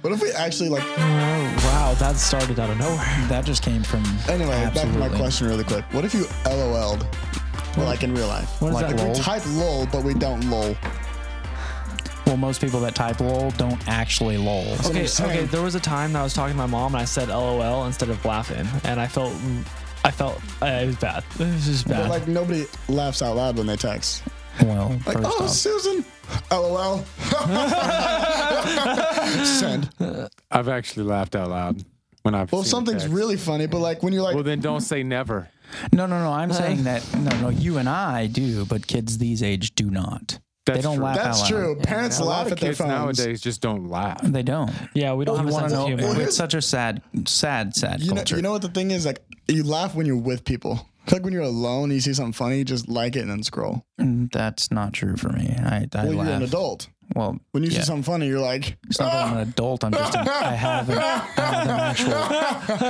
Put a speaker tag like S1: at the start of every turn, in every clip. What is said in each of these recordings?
S1: What if we actually like?
S2: wow, that started out of nowhere. That just came from.
S1: Anyway, back to my
S2: Absolutely.
S1: question really quick. What if you LOL'd, well, like in real life?
S2: What is
S1: like
S2: that,
S1: if
S2: lol?
S1: we type lol, but we don't lol.
S2: Well, most people that type lol don't actually lol.
S1: what I'm
S3: Okay,
S1: saying.
S3: okay. There was a time that I was talking to my mom and I said LOL instead of laughing, and I felt, I felt uh, it was bad. It was just
S1: But
S3: bad.
S1: like nobody laughs out loud when they text.
S2: Well,
S1: Like,
S2: first
S1: oh,
S2: off,
S1: Susan, LOL. Send.
S4: I've actually laughed out loud when I've.
S1: Well,
S4: seen a
S1: something's
S4: text.
S1: really funny, but like when you're like,
S4: Well, then don't say never.
S2: no, no, no. I'm saying that no, no. You and I do, but kids these age do not. they
S4: That's
S2: don't
S4: true.
S2: laugh out
S1: that's
S2: loud.
S1: true. Parents
S4: A lot
S1: laugh
S4: of
S1: at their
S4: kids
S1: phones.
S4: nowadays just don't laugh.
S2: They don't.
S3: yeah, we don't have a
S2: Wanna
S3: sense of
S2: know-
S3: humor.
S2: It's such a sad, sad, sad
S1: You know,
S2: culture.
S1: you know what the thing is? Like, you laugh when you're with people. Like when you're alone, you see something funny, you just like it and then scroll.
S2: Mm, That's not true for me. I, I
S1: Well, you're an
S2: laugh.
S1: adult.
S2: Well,
S1: When you
S2: yeah.
S1: see Ah! something funny, you're like,
S2: It's not that I'm an adult. I'm just a, I have an, I have an actual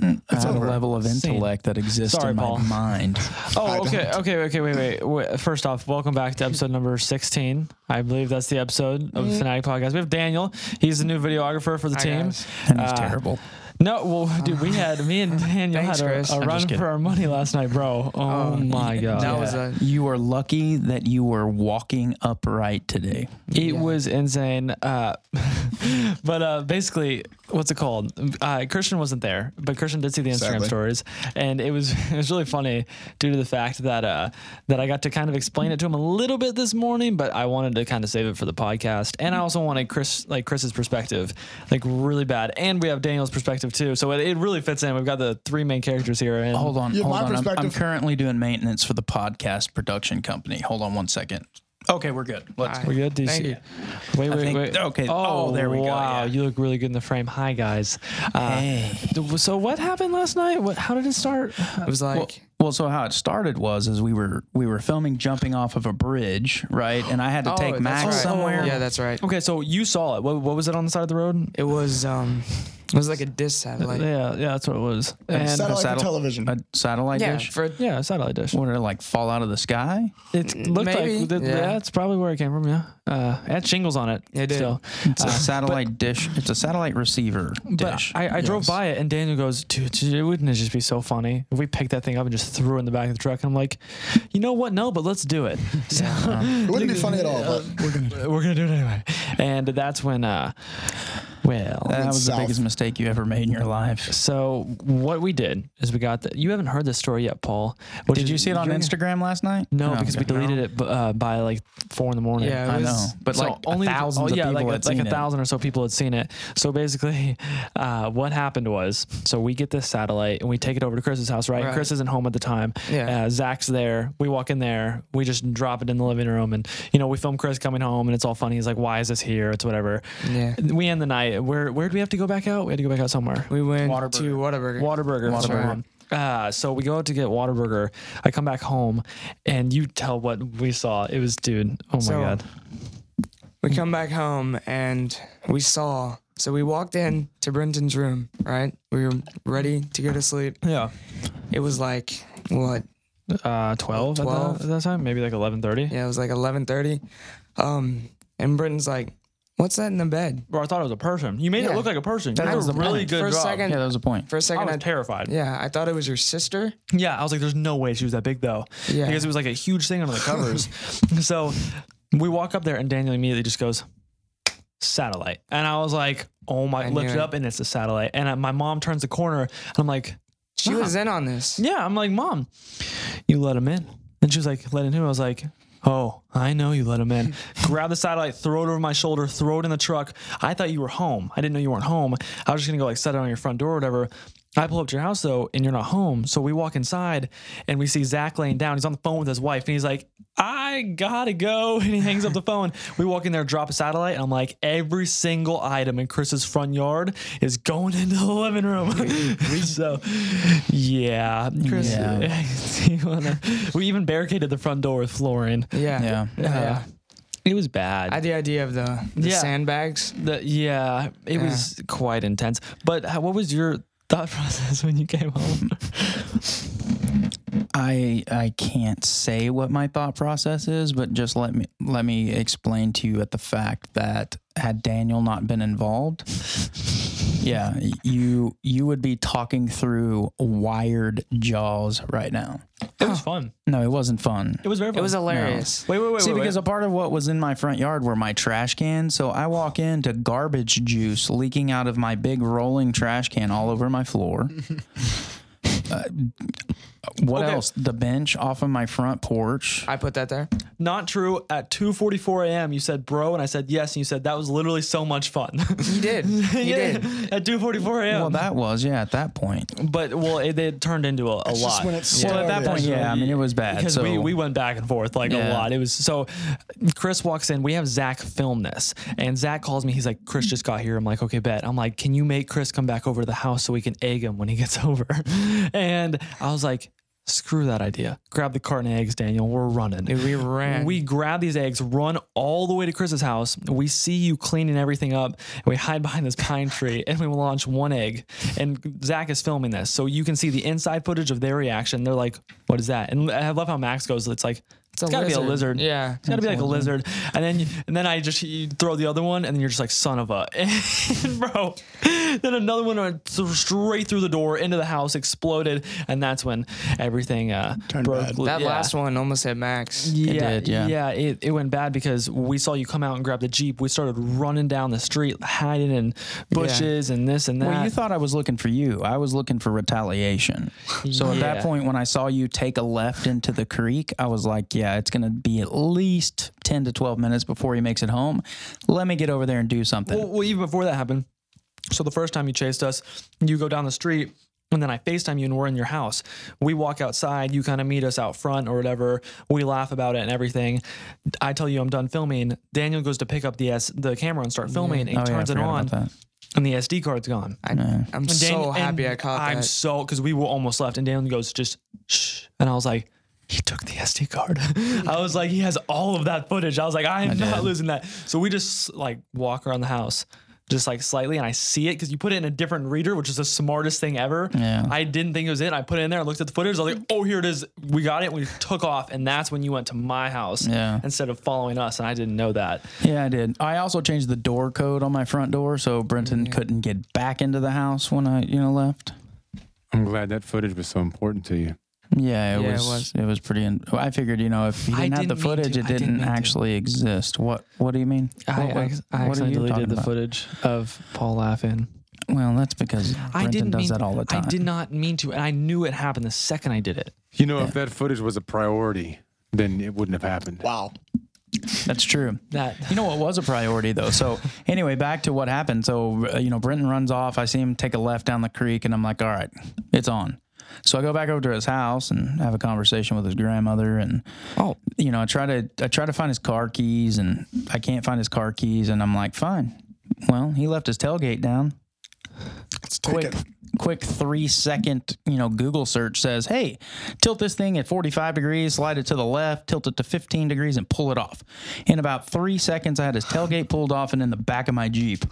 S2: Mm, I have a level of intellect that exists
S3: Sorry,
S2: in my
S3: Paul.
S2: mind.
S3: Oh, okay, okay, okay, wait, wait, wait. First off, welcome back to episode number 16. I believe that's the episode of the Fanatic Podcast. We have Daniel. He's the new videographer for the team.
S5: guys.
S2: And it's
S3: Uh,
S2: terrible.
S3: No, well, dude, we had, me and Daniel
S5: Thanks,
S3: had
S5: Chris.
S3: a, a
S5: I'm
S3: run
S2: just kidding.
S3: for our money last night, bro. Oh, my God.
S5: That was a
S2: You are lucky that you were walking upright today.
S3: It was insane. Uh, but uh, basically, what's it called? Uh, Christian wasn't there, but Christian did see the Instagram
S1: Sadly.
S3: stories, and it was it was really funny due to the fact that uh, that I got to kind of explain it to him a little bit this morning, but I wanted to kind of save it for the podcast, and I also wanted Chris like Chris's perspective, like really bad, and we have Daniel's perspective too, so it, it really fits in. We've got the three main characters here, and
S2: Hold on,
S1: Yeah,
S2: hold
S1: my
S2: on. I'm, I'm
S1: perspective-
S2: currently doing maintenance for the podcast production company. Hold on one second. Okay, we're good. Let's.
S5: Hi.
S3: We're good, DC.
S5: Thank you.
S3: Wait, wait,
S2: think-
S3: wait.
S2: okay. Oh, there we go,
S3: Wow,
S2: yeah.
S3: you look really good in the frame. Hi, guys. Uh,
S2: Hey.
S3: th- So, what happened last night? What? How did it start?
S5: it was like
S2: Well, well, so how it started was is we were we were filming jumping off of a bridge, right? And I had to
S5: oh,
S2: take
S5: that's
S2: Max
S5: right.
S2: somewhere.
S5: Yeah, that's right.
S3: Okay, so you saw it. What, what was it on the side of the road?
S5: It was um, it was like a diss satellite.
S3: yeah, yeah, that's what it was. And
S1: satellite for
S2: saddle-
S1: television.
S2: a satellite
S5: yeah,
S2: dish.
S5: for
S3: yeah, a satellite dish.
S2: What did it like fall out of the sky?
S3: It looked
S5: maybe,
S3: like that-
S5: yeah.
S3: Mm, yeah. that's probably where it came from. Yeah, uh, it had shingles on it.
S5: It did.
S3: still.
S2: It's a satellite dish. It's a satellite receiver
S3: But
S2: dish.
S3: I, I drove by it and Daniel goes, dude, dude, it wouldn't it just be so funny if we picked that thing up and just threw it in the back of the truck? And I'm like, you know what? No, but let's do it. So
S1: it wouldn't be funny at all, but
S3: uh,
S1: we're gonna.
S3: we're gonna do it anyway. And that's when, uh, well,
S2: that was
S1: south.
S2: the biggest mistake you ever made in your life.
S3: so what we did is we got the. You haven't heard this story yet, Paul. What
S2: Did you see it on Instagram last night?
S3: No, because we
S2: okay.
S3: deleted it b- uh, by like four in the morning.
S5: Yeah, it
S2: I
S5: was-
S2: know, Oh, but
S3: So
S2: like only thousands
S3: oh, yeah,
S2: of people
S3: like,
S2: had
S3: like
S2: seen
S3: a
S2: it.
S3: thousand or so people had seen it. So basically, uh, what happened was, so we get this satellite and we take it over to Chris's house, right?
S5: Right.
S3: Chris isn't home at the time.
S5: Yeah.
S3: Uh, Zach's there. We walk in there. We just drop it in the living room, and you know we film Chris coming home, and it's all funny. He's like, "Why is this here?" It's whatever.
S5: Yeah.
S3: We end the night. Where where did we have to go back out? We had to go back out somewhere.
S5: we went
S2: Whataburger.
S5: to Whataburger.
S3: Whataburger.
S2: That's
S3: Whataburger.
S2: right.
S3: Whataburger. Uh, so we go out to get Whataburger. I come back home, and you tell what we saw. It was, dude. Oh my
S5: So-
S3: god.
S5: we come back home and we saw. So we walked in to Brenton's room. Right, we were ready to go to sleep.
S3: Yeah.
S5: It was like what?
S3: Uh, twelve. at that-
S5: 12?
S3: At, that time, maybe like eleven thirty.
S5: Yeah, it was like 11:30. Um, and Brenton's like, "What's that in the bed?"
S3: Bro, I thought it was a person. You made
S5: Yeah.
S3: it look like a person.
S5: That
S3: That
S5: was
S3: was
S5: the
S3: a really
S5: point.
S3: good
S5: For a
S3: job.
S5: second-
S2: Yeah, that was a point.
S5: For a
S3: I
S5: second,
S3: was terrified. Yeah.
S5: yeah, I thought it was your sister.
S3: I was like, "There's no way she was that big, though."
S5: Yeah.
S3: Because it was like a huge thing under the covers. so we walk up there, and Daniel immediately just goes, "Satellite," and I was like, "Oh my!"
S5: I knew
S3: Lifted
S5: it.
S3: up, and it's a satellite. And I, my mom turns the corner, and I'm like,
S5: She was in on this.
S3: Yeah, I'm like, Mom, you let him in. And she was like, Let him in. I was like, Oh, I know you let him in. Grab the satellite, throw it over my shoulder, throw it in the truck. I thought you were home. I didn't know you weren't home. I was just gonna go like set it on your front door or whatever. I pull up to your house though, and you're not home. So we walk inside and we see Zach laying down. He's on the phone with his wife, and he's like, I gotta go. And he hangs up the phone. We walk in there, drop a satellite, and I'm like, every single item in Chris's front yard is going into the living room. so, yeah. Chris,
S2: Yeah.
S3: do you wanna- we even barricaded the front door with Uh, flooring.
S5: Yeah.
S2: Yeah.
S5: Yeah.
S3: It was bad.
S5: I had the idea of the, the
S3: Yeah.
S5: sandbags.
S3: The- yeah, it
S5: Yeah.
S3: was quite intense. uh, But how, what was your thought process when you came home?
S2: I I can't say what my thought process is, but just let me let me explain to you at the fact that had Daniel not been involved, yeah, you you would be talking through wired jaws right now.
S3: It was fun.
S2: No, it wasn't fun.
S3: It was very fun.
S5: It was hilarious.
S3: Wait, wait, wait.
S2: See,
S3: wait,
S2: because
S3: wait.
S2: a part of what was in my front yard were my trash cans, so I walk into garbage juice leaking out of my big rolling trash can all over my floor. Uh, what
S3: Okay.
S2: else? The bench off of my front porch.
S5: I put that there.
S3: not true. At 2:44 a.m., you said bro, and I said yes, and you said that was literally so much fun.
S5: You did. You
S3: Yeah,
S5: did.
S3: At 2:44 a.m.
S2: Well, that was yeah. At that point,
S3: but well, it, it turned into a, a lot.
S1: just when it
S2: well,
S1: started.
S2: at that point, yeah. I mean, it was bad.
S3: because
S2: so
S3: we, we went back and forth like a
S2: Yeah.
S3: lot. It was so Chris walks in, we have Zach film this, and Zach calls me. He's like, Chris just got here. I'm like, okay, bet. I'm like, can you make Chris come back over to the house so we can egg him when he gets over? And I was like, screw that idea. Grab the carton of eggs, Daniel. We're running.
S5: Dude, we ran.
S3: We grab these eggs, run all the way to Chris's house. We see you cleaning everything up. And we hide behind this pine tree and we launch one egg. And Zach is filming this. So you can see the inside footage of their reaction. They're like, what is that? And I love how Max goes, it's like,
S5: a
S3: it's gotta be a
S5: lizard.
S3: lizard.
S5: Yeah.
S3: It's gotta be like a lizard. And then and then I just you throw the other one and then you're just like, son of a bro. Then another one went th- straight through the door into the house, exploded, and that's when everything uh
S1: Turned bad.
S3: loo-
S5: that
S3: yeah.
S5: last one almost hit Max.
S3: Yeah,
S2: did, yeah.
S3: it, it went bad because we saw you come out and grab the Jeep. We started running down the street, hiding in bushes and this and that.
S2: Well, you thought I was looking for you. I was looking for retaliation. So at that
S3: Yeah.
S2: point, when I saw you take a left into the creek, I was like, yeah, it's going to be at least 10 to 12 minutes before he makes it home. Let me get over there and do something.
S3: well, well, even before that happened, so the first time you chased us, you go down the street. And then I FaceTime you and we're in your house. We walk outside, you kind of meet us out front or whatever. We laugh about it and everything. I tell you I'm done filming. Daniel goes to pick up the S- the camera and start filming and
S2: Oh, yeah, I
S3: turns it
S2: forgot about
S3: on
S2: that.
S3: and the SD card's gone.
S5: I, I'm
S3: And Dan-
S5: so happy
S3: and
S5: I caught
S3: I'm
S5: that.
S3: so because we were almost left, and Dan goes just shh, and I was like, he took the SD card. I was like, he has all of that footage. I was like, I am not losing that. So we just like walk around the house. Just like slightly, and I see it because you put it in a different reader, which is the smartest thing ever.
S2: Yeah.
S3: I didn't think it was it. I put it in there, I looked at the footage, I was like, oh, here it is. We got it. We took off, and that's when you went to my house
S2: Yeah.
S3: instead of following us, and I didn't know that.
S2: Yeah, I did. I also changed the door code on my front door so Brenton couldn't get back into the house when I, you know, left.
S4: I'm glad that footage was so important to you.
S2: Yeah, it,
S5: Yeah, it
S2: was, it
S5: was.
S2: was. pretty. In, I figured, you know, if he
S3: I
S2: didn't have
S3: didn't
S2: the
S3: mean
S2: footage,
S3: to.
S2: it
S3: I didn't
S2: didn't
S3: mean to.
S2: actually exist. What What do you mean?
S3: I,
S2: What-
S3: I,
S2: what-
S3: I
S2: what are
S3: accidentally
S2: you talking
S3: deleted the
S2: about?
S3: footage of Paul laughing.
S2: Well, that's
S3: I
S2: because Brenton
S3: didn't
S2: does
S3: mean,
S2: that all the time.
S3: I did not mean to, and I knew it happened the second I did it.
S4: You know, if that footage was a priority, then it wouldn't have happened.
S1: Wow.
S2: That's true.
S3: That
S2: You know what was a priority though. So anyway, back to what happened. So uh, you know, Brenton runs off. I see him take a left down the creek, and I'm like, all right, it's on. So I go back over to his house and have a conversation with his grandmother, and
S5: Oh.
S2: you know, I try to I try to find his car keys, and I can't find his car keys, and I'm like, fine. Well, he left his tailgate down.
S1: Let's take
S2: Quick,
S1: it.
S2: quick three second, you know, Google search says, hey, tilt this thing at 45 degrees, slide it to the left, tilt it to 15 degrees, and pull it off. In about three seconds, I had his tailgate pulled off and in the back of my Jeep.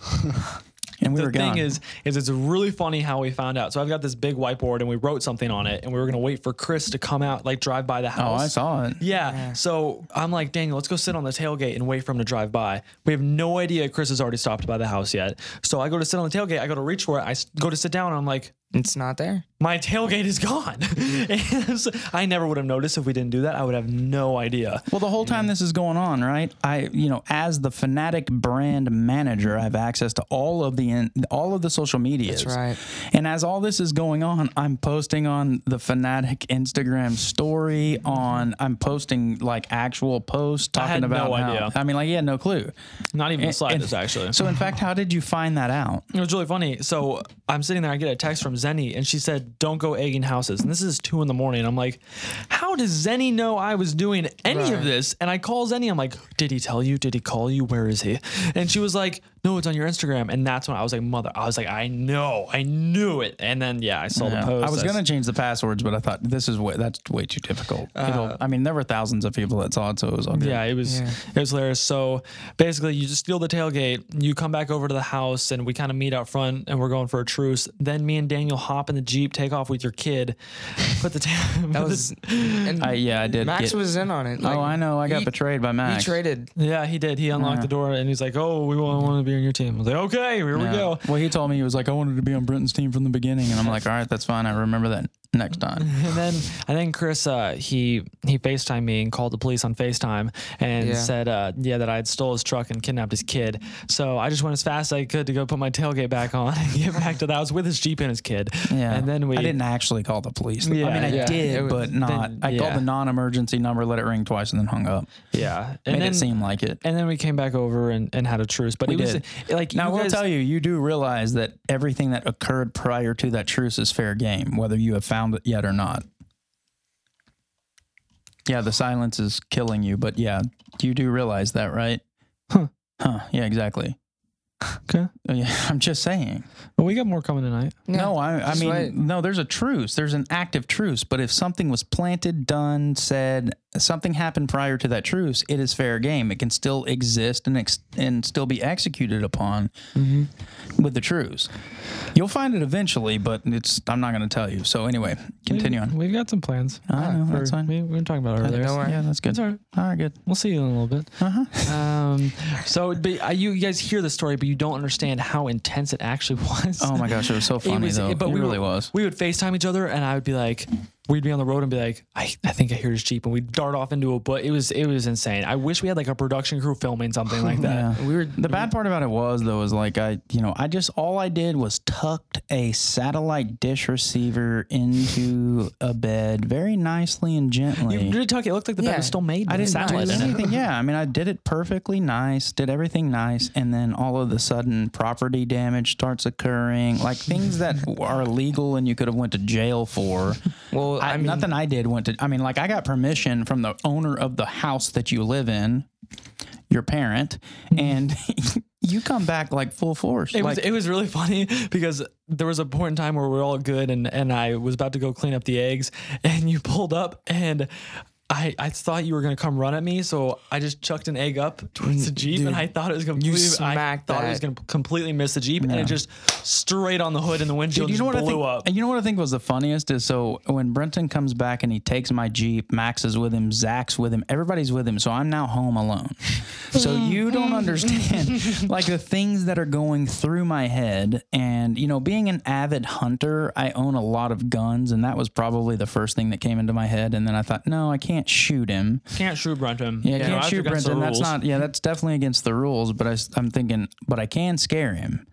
S2: And we
S3: the
S2: were
S3: thing
S2: gone.
S3: is, is it's really funny how we found out. So I've got this big whiteboard, and we wrote something on it, and we were gonna wait for Chris to come out, like drive by the
S2: oh,
S3: house.
S2: I saw it.
S3: Yeah. So I'm like, Daniel, let's go sit on the tailgate and wait for him to drive by. We have no idea Chris has already stopped by the house yet. So I go to sit on the tailgate. I go to reach for it. I s- go to sit down. And I'm like,
S5: it's not there.
S3: my tailgate is gone. And so I never would have noticed if we didn't do that. I would have no idea.
S2: Well, the whole time this is going on, right? I, you know, as the Fanatic brand manager, I have access to all of the in, all of the social medias.
S5: That's right.
S2: And as all this is going on, I'm posting on the Fanatic Instagram story. On I'm posting like actual posts
S3: I
S2: talking
S3: had
S2: about.
S3: no
S2: how-
S3: idea.
S2: I mean, like, yeah, no clue.
S3: Not even the slightest,
S2: And-
S3: actually.
S2: So, in fact, how did you find that out?
S3: It was really funny. So I'm sitting there, I get a text from Zenny, and she said, Don't go egging houses. And this is two in the morning. I'm like, How does Zenny know I was doing any of this? And I call Zenny, I'm like, Did he tell you? Did he call you? Where is he? And she was like, no, it's on your Instagram. And that's when I was like, mother, I was like, I know, I knew it. And then, yeah, I saw
S2: Yeah.
S3: the post.
S2: I was
S3: s-
S2: gonna change the passwords, but I thought this is way, that's way too difficult. It'll, I mean, there were thousands of people that saw it, so it was all good.
S3: Uh, Yeah, it was
S5: Yeah.
S3: it was hilarious. So basically, you just steal the tailgate. You come back over to the house, and we kind of meet out front, and we're going for a truce. Then me and Daniel hop in the jeep, take off with your kid, put the ta-
S5: That
S3: put the-
S5: was and
S2: I, yeah, I did.
S5: Max
S2: get-
S5: was in on it.
S2: oh, I know. I got
S5: he-
S2: betrayed by
S5: He
S2: Max.
S5: traded.
S3: yeah, he did. He unlocked
S5: Uh-huh.
S2: Yeah.
S3: the door, and he's like, "Oh, we want, want to be on your team." I was like, "Okay, here
S2: Yeah.
S3: we go."
S2: Well, he told me he was like, I wanted to be on Brenton's team from the beginning, and I'm like, all right, that's fine. I remember that next time.
S3: And then I think Chris uh, he he FaceTimed me and called the police on FaceTime and
S5: Yeah.
S3: said uh, yeah that I had stole his truck and kidnapped his kid. So I just went as fast as I could to go put my tailgate back on and get back to the house with his Jeep and his kid.
S2: Yeah.
S3: And then we
S2: I didn't actually call the police.
S3: Yeah,
S2: I mean, I
S3: yeah.
S5: It
S2: did,
S5: was-
S2: but not.
S3: then-
S2: I
S3: yeah.
S2: called the non-emergency number, let it ring twice, and then hung up.
S3: yeah and
S2: Made
S3: then
S2: it seem like it.
S3: and then we came back over and, and had a truce. But
S2: We
S3: it
S2: did.
S3: was like
S2: Now,
S3: you
S2: we'll
S3: guys-
S2: tell you, you do realize that everything that occurred prior to that truce is fair game, whether you have found it yet or not. Yeah, the silence is killing you, but yeah, you do realize that, right?
S3: Huh.
S2: Huh. Yeah, exactly.
S3: Okay.
S2: Uh, Yeah, I'm just saying.
S3: Well, we got more coming tonight.
S2: No, I, I
S5: just
S2: mean,
S5: wait.
S2: no, there's a truce. There's an active truce, but if something was planted, done, said, something happened prior to that truce, it is fair game. It can still exist and ex- and still be executed upon
S3: Mm-hmm.
S2: with the truce. You'll find it eventually, but it's I'm not going to tell you. So anyway, continue on.
S3: We've got some plans.
S2: I know, that's
S3: for-
S2: fine.
S3: We, we were talking about it earlier.
S5: don't worry.
S2: Yeah, that's good.
S3: It's all right.
S2: All right, good.
S3: We'll see you in a little bit. Uh-huh. Um, so, but uh, you guys hear the story, but you don't understand how intense it actually was.
S2: Oh my gosh, it was so funny though. It,
S3: we
S2: really
S3: would,
S2: was.
S3: We would FaceTime each other, and I would be like, we'd be on the road and be like, I, I think I hear his jeep, and we'd dart off into a. But it was it was insane. I wish we had like a production crew filming something like that.
S2: Yeah.
S5: We were
S2: The bad part about it was though is like I you know I just all I did was tucked a satellite dish receiver into a bed very nicely and
S3: You
S2: gently.
S3: did tuck it. It looked like the bed
S5: Yeah.
S3: was still made.
S2: I
S3: with
S2: didn't
S3: satellite
S2: do
S3: in it.
S2: anything. Yeah, I mean I did it perfectly nice, did everything nice, and then all of the sudden property damage starts occurring, like things that are illegal and you could have went to jail for.
S5: well. I,
S2: I,
S5: mean,
S2: nothing I did went to. I mean, like I got permission from the owner of the house that you live in, your parent, and you come back like full force.
S3: It
S2: like
S3: was it was really funny because there was a point in time where we were all good and and I was about to go clean up the eggs and you pulled up and I, I thought you were gonna come run at me, so I just chucked an egg up towards the jeep, and I thought it was gonna. I
S5: smacked
S3: thought it was
S5: that.
S3: gonna completely miss the jeep, and it just straight on the hood and the windshield
S2: Dude, you
S3: just
S2: know what I
S3: blew
S2: think,
S3: up.
S2: And you know what I think was the funniest is so when Brenton comes back and he takes my Jeep, Max is with him, Zach's with him, everybody's with him. So I'm now home alone. So you don't understand like the things that are going through my head. And, you know, being an avid hunter, I own a lot of guns. And that was probably the first thing that came into my head. And then I thought, no, I can't shoot him.
S3: Can't shoot Brenton.
S2: Yeah, I can't shoot Brenton. That's not, yeah, that's definitely against the rules. But I, am thinking, but I can scare him.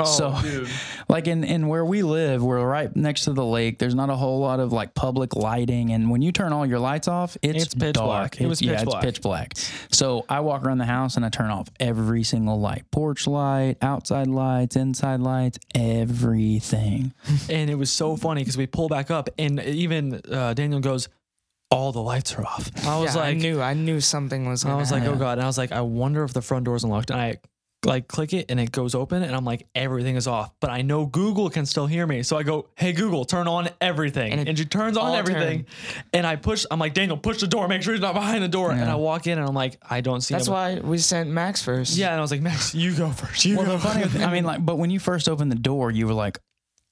S2: Oh, so, like in, in where we live, we're right next to the lake. There's not a whole lot of like public lighting, and when you turn all your lights off, it's,
S3: It's pitch
S2: dark.
S3: black. It was
S2: yeah,
S3: pitch
S2: it's
S3: black.
S2: pitch black. So I walk around the house and I turn off every single light: porch light, outside lights, inside lights, everything.
S3: And it was so funny because we pull back up, and even uh, Daniel goes, "All the lights are off." I
S5: I
S3: was like,
S5: I knew, I knew something was.
S3: I
S5: gonna
S3: was like,
S5: happen.
S3: oh god. And I was like, I wonder if the front door's unlocked. And I like click it and it goes open and I'm like, everything is off. But I know Google can still hear me. So I go, hey Google, turn on everything. And,
S5: And it
S3: she turns on
S5: all
S3: everything. And I push, I'm like, Daniel, push the door, make sure he's not behind the door. And I walk in and I'm like, I don't see
S5: that's
S3: him.
S5: why we sent Max first.
S3: yeah, and I was like, Max, you go first. You go first.
S2: I mean, like, but when you first opened the door, you were like,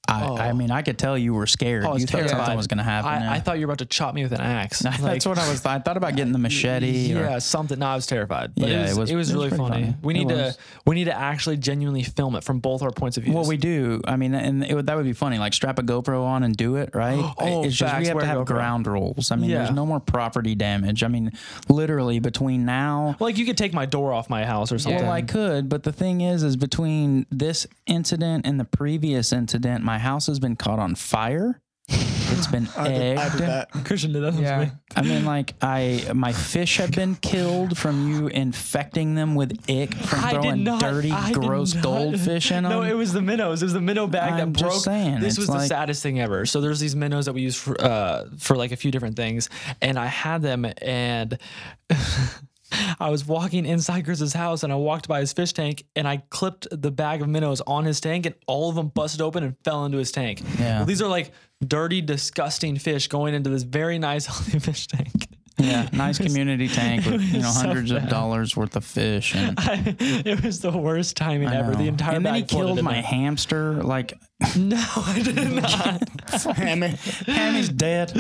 S2: I, I mean, I could tell you were scared.
S3: Oh. I was
S2: you thought
S3: terrified.
S2: something was going to happen. yeah.
S3: I, I thought you were about to chop me with an axe. Like,
S2: That's what I was. I thought about getting the machete. or-
S3: Yeah, something. No, I was terrified. But
S2: Yeah,
S3: it, was, it, was, really
S2: pretty
S3: funny.
S2: funny.
S3: We
S2: It
S3: need to
S2: was.
S3: we need to actually genuinely film it from both our points of view.
S2: Well, we do. I mean, and it, would- that would be funny. Like strap a GoPro on and do it, right?
S3: Oh,
S2: it's just
S3: facts,
S2: we have
S3: wear
S2: to
S3: a
S2: have
S3: GoPro.
S2: ground rules. I mean,
S3: Yeah.
S2: there's no more property damage. I mean, literally between now.
S3: Well, like you could take my door off my house or something.
S2: Well, I could, but the thing is, is between this incident and the previous incident, my house has been caught on fire. It's been egged.
S1: I did that.
S3: Christian did that.
S5: yeah.
S2: I mean, like I, my fish have been killed from you infecting them with ick from
S3: I did
S2: throwing
S3: not.
S2: dirty,
S3: I did
S2: gross
S3: not.
S2: goldfish in them.
S3: No, it was the minnows. It was the minnow bag
S2: I'm
S3: that broke.
S2: just saying,
S3: this
S2: it's
S3: was the
S2: like-
S3: saddest thing ever. So there's these minnows that we use for uh, for like a few different things, and I had them, and I was walking inside Chris's house and I walked by his fish tank and I clipped the bag of minnows on his tank and all of them busted open and fell into his tank.
S2: Yeah.
S3: Well, these are like dirty, disgusting fish going into this very nice, healthy fish tank.
S2: Yeah, nice community tank with you know
S3: was so
S2: hundreds of
S3: bad.
S2: dollars worth of fish and
S3: it was the worst timing
S2: I
S3: ever. The
S2: know.
S3: entire
S2: and then he
S3: bag floated
S2: killed
S3: in
S2: my
S3: there.
S2: hamster. Like
S3: No, I did not.
S1: Hammy.
S2: Hammy's dead,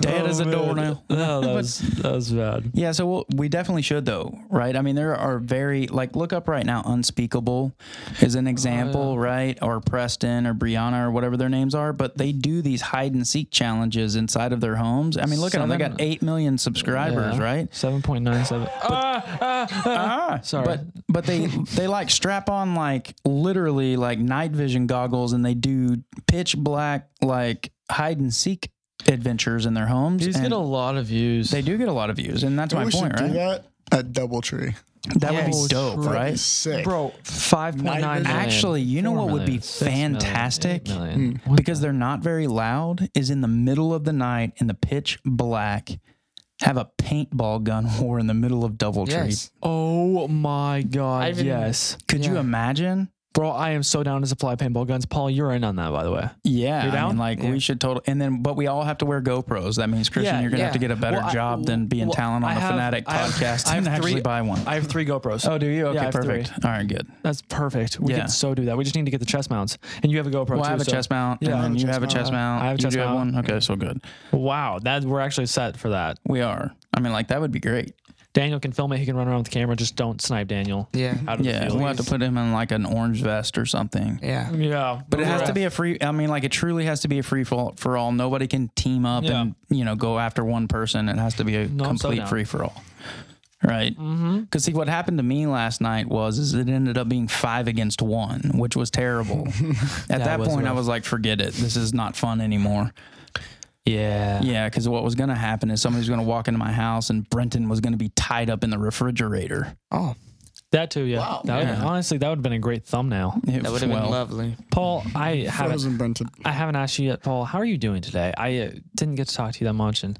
S2: dead as a
S3: Oh,
S2: doornail.
S3: No, that was, that was bad.
S2: Yeah, so we'll, we definitely should though, right? I mean, there are very like look up right now. Unspeakable is an
S3: Oh,
S2: example, right? Or Preston or Brianna or whatever their names are, but they do these hide and seek challenges inside of their homes. I mean, look at them. They got
S3: Seven-
S2: eight million subscribers,
S3: Yeah.
S2: right?
S3: 7.97.
S2: Uh, Ah,
S3: Sorry.
S2: But but they they like strap on like literally like night vision goggles and they do pitch black like hide and seek adventures in their homes.
S6: These
S2: and
S6: get a lot of views.
S2: they do get a lot of views, and that's
S1: We
S2: my
S1: should
S2: point,
S1: do
S2: right?
S1: that at DoubleTree.
S2: That, would
S3: Oh,
S2: be dope,
S3: true.
S1: That'd be
S2: right?
S1: Sick.
S3: Bro, 5.9.
S1: Night
S2: Actually, you know what would be fantastic? Hmm. Because they're not very loud, is in the middle of the night in the pitch black, have a paintball gun war in the middle of Doubletree.
S5: Yes.
S3: Oh my God.
S6: I've been-
S3: yes.
S2: Could you
S5: Yeah.
S2: imagine?
S3: Bro, I am so down to supply paintball guns. Paul, you're in on that, by the way.
S2: Yeah,
S3: You're
S2: I
S3: down?
S2: mean, like
S5: Yeah.
S2: we should totally. And then, but we all have to wear GoPros. That means Christian,
S3: Yeah,
S2: you're gonna have to
S5: yeah.
S2: get a better
S3: Well, I-
S2: job than being
S3: well,
S2: talent on
S3: I
S2: the
S3: have-
S2: Fanatic
S3: I have-
S2: podcast
S3: I have
S2: and actually
S3: three-
S2: buy one.
S3: I have three GoPros.
S2: oh, do you?
S3: I
S2: Okay,
S3: have
S2: perfect.
S3: three.
S2: All right, good.
S3: That's perfect. We
S2: Yeah.
S3: can so do that. We just need to get the chest mounts. And you have a GoPro
S2: Well,
S3: too.
S2: I have a
S3: so-
S2: chest mount,
S3: Yeah, I
S2: and
S3: have
S2: then
S3: a
S2: you
S3: chest
S2: have a chest mount.
S3: I have a
S2: You
S3: chest
S2: do have
S3: mount.
S2: one. Okay, so good.
S3: Wow, that we're actually set for that.
S2: We are. I mean, like that would be great.
S3: Daniel can film it. He can run around with the camera. Just don't snipe Daniel.
S5: Yeah.
S3: Out of
S2: Yeah,
S3: the field.
S2: we'll have to put him in like an orange vest or something.
S5: Yeah.
S3: yeah,
S2: But it has to be a free. I mean, like it truly has to be a free for for all. Nobody can team up
S3: Yeah.
S2: and you know go after one person. It has to be a
S3: No, I'm so Mm-hmm.
S2: complete
S3: down.
S2: free for all, right? Because see, what happened to me last night was is it ended up being five against one, which was terrible. At that,
S3: was
S2: point, I
S3: rough.
S2: was like, forget it. This is not fun anymore.
S3: Yeah.
S2: Yeah, because what was going to happen is somebody was going to walk into my house and Brenton was going to be tied up in the refrigerator.
S5: Oh,
S3: that too. Yeah. That would've been- honestly, that would have been a great thumbnail.
S2: It-
S5: that would have
S2: well,
S5: been lovely.
S3: Paul, I haven't,
S1: Frozen Brenton.
S3: I haven't asked you yet. Paul, how are you doing today? I uh, didn't get to talk to you that much, and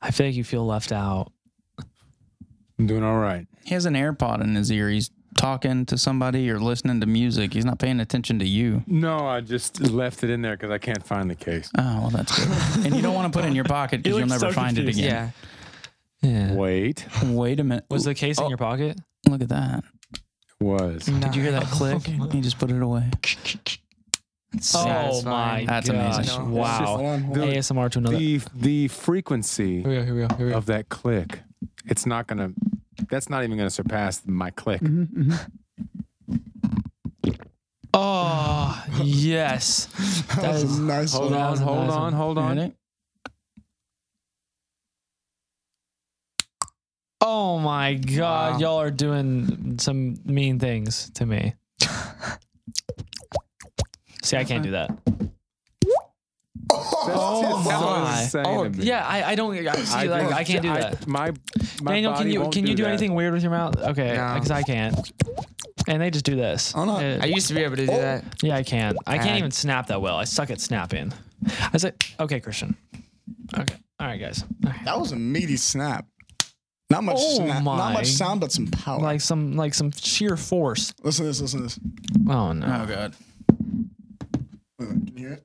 S3: I feel like you feel left out.
S4: I'm doing all right.
S2: He has an AirPod in his ear. He's talking to somebody or listening to music. He's not paying attention to you.
S4: No, I just left it in there because I can't find the case.
S2: Oh, well, that's good. and you don't want to put it in your pocket because
S3: You
S2: you'll
S3: look
S2: never
S3: so
S2: find
S3: confused.
S2: it
S5: Yeah.
S2: again.
S3: Yeah.
S4: Wait,
S2: Wait a minute.
S3: Was the case in your pocket?
S2: Look at that.
S4: was
S2: Did you hear that click? He just put it away.
S3: Oh my
S5: Satisfying.
S2: That's
S3: gosh.
S2: amazing.
S5: No,
S4: it's just-
S3: Wow.
S1: Hold on, hold on.
S4: Dude,
S3: ASMR to another.
S4: the the frequency
S3: we go. Here we go. Here we
S4: of that click, it's not gonna. That's not even gonna surpass my click.
S3: Mm-hmm. Oh yes.
S1: That was a nice
S4: Hold
S1: one.
S4: on,
S3: Thousand,
S4: hold
S3: thousand.
S4: on, hold
S2: Heard
S4: on.
S2: it?
S3: Oh my god,
S5: Wow.
S3: y'all are doing some mean things to me. See, I can't do that.
S4: Oh
S3: my.
S4: Oh
S3: Yeah, I, I don't. I, see,
S4: I
S3: like,
S4: just-
S3: I can't do
S4: I-
S3: that.
S4: my, my
S3: Daniel, can
S4: body
S3: you
S4: won't
S3: can you do,
S4: that.
S3: anything weird with your mouth? Okay,
S5: No.
S3: because I can't. And they just do this.
S4: Oh,
S1: I'm not-
S3: Uh,
S5: I used to be able to do that.
S3: yeah, I can't. I can't
S5: God.
S3: even snap that well. I suck at snapping. I say, okay, Christian. Okay, all right, guys. Okay.
S1: That was a meaty snap. Not much
S3: Oh
S1: snap.
S3: my.
S1: Not much sound, but some power.
S3: Like some like some sheer force.
S1: listen to this, listen to this.
S3: Oh no.
S2: Oh, God.
S1: Wait, wait, Uh, Can you hear it?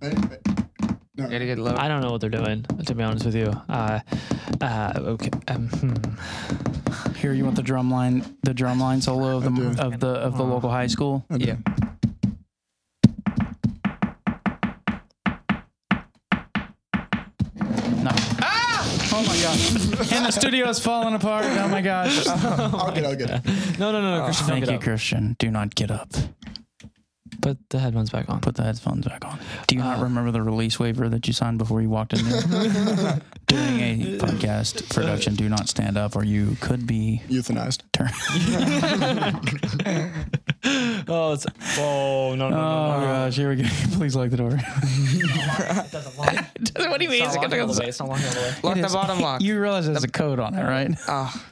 S1: Wait, wait. No.
S5: Gotta get low.
S3: I don't know what they're doing, to be honest with you. Uh, uh, okay. Um, hmm.
S2: Here, you want the drum line, the drum line solo of
S1: do.
S2: the, of the, of
S3: Uh-huh.
S2: the local high school?
S5: Yeah.
S2: No. Ah! Oh, my gosh. and the studio is falling apart. Oh, my gosh.
S1: I'll get it, I'll get it.
S3: No, no, no, no, Christian,
S2: Oh, Thank
S3: don't
S2: you,
S3: get up.
S2: Christian. Do not get up.
S3: Put the headphones back on.
S2: Put the headphones back on. Do you
S3: Uh,
S2: not remember the release waiver that you signed before you walked in here? During a podcast production, do not stand up or you could be
S1: Euthanized.
S2: turned.
S3: Oh, it's, oh no, no, no, no.
S2: gosh, here we go. Please lock the door.
S3: what do you mean? It's not locking all the way. It's not locking all the way.
S5: Lock the bottom lock.
S2: You realize there's a code on it, right?
S5: Oh.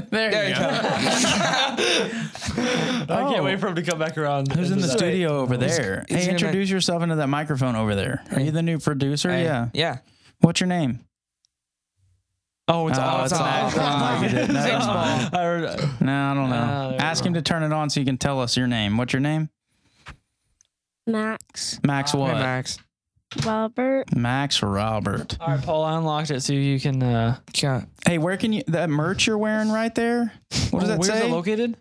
S2: There, you go.
S3: I can't wait for him to come back around.
S2: Oh. Who's in the studio over there?
S5: he's
S2: Hey,
S5: gonna-
S2: introduce yourself into that microphone over there. Are you the new producer?
S5: Hey,
S2: Yeah.
S5: Yeah.
S2: What's your name?
S3: Oh, it's,
S2: Oh,
S3: oh,
S2: it's
S3: it's,
S2: off.
S3: off.
S2: Oh, you did that.
S3: It's off. I heard-
S2: No, I don't
S3: Ah,
S2: know.
S3: there
S2: Ask
S3: we
S2: him to turn it on so you can tell us your name. What's your name?
S6: Max
S2: Max what?
S5: Hey, Max.
S6: Robert.
S2: Max Robert.
S3: All right, Paul, I unlocked it so you can. Uh,
S5: Can't-
S2: Hey, where can you that merch you're wearing right there? What does that
S3: Oh, where's
S2: say?
S3: it located?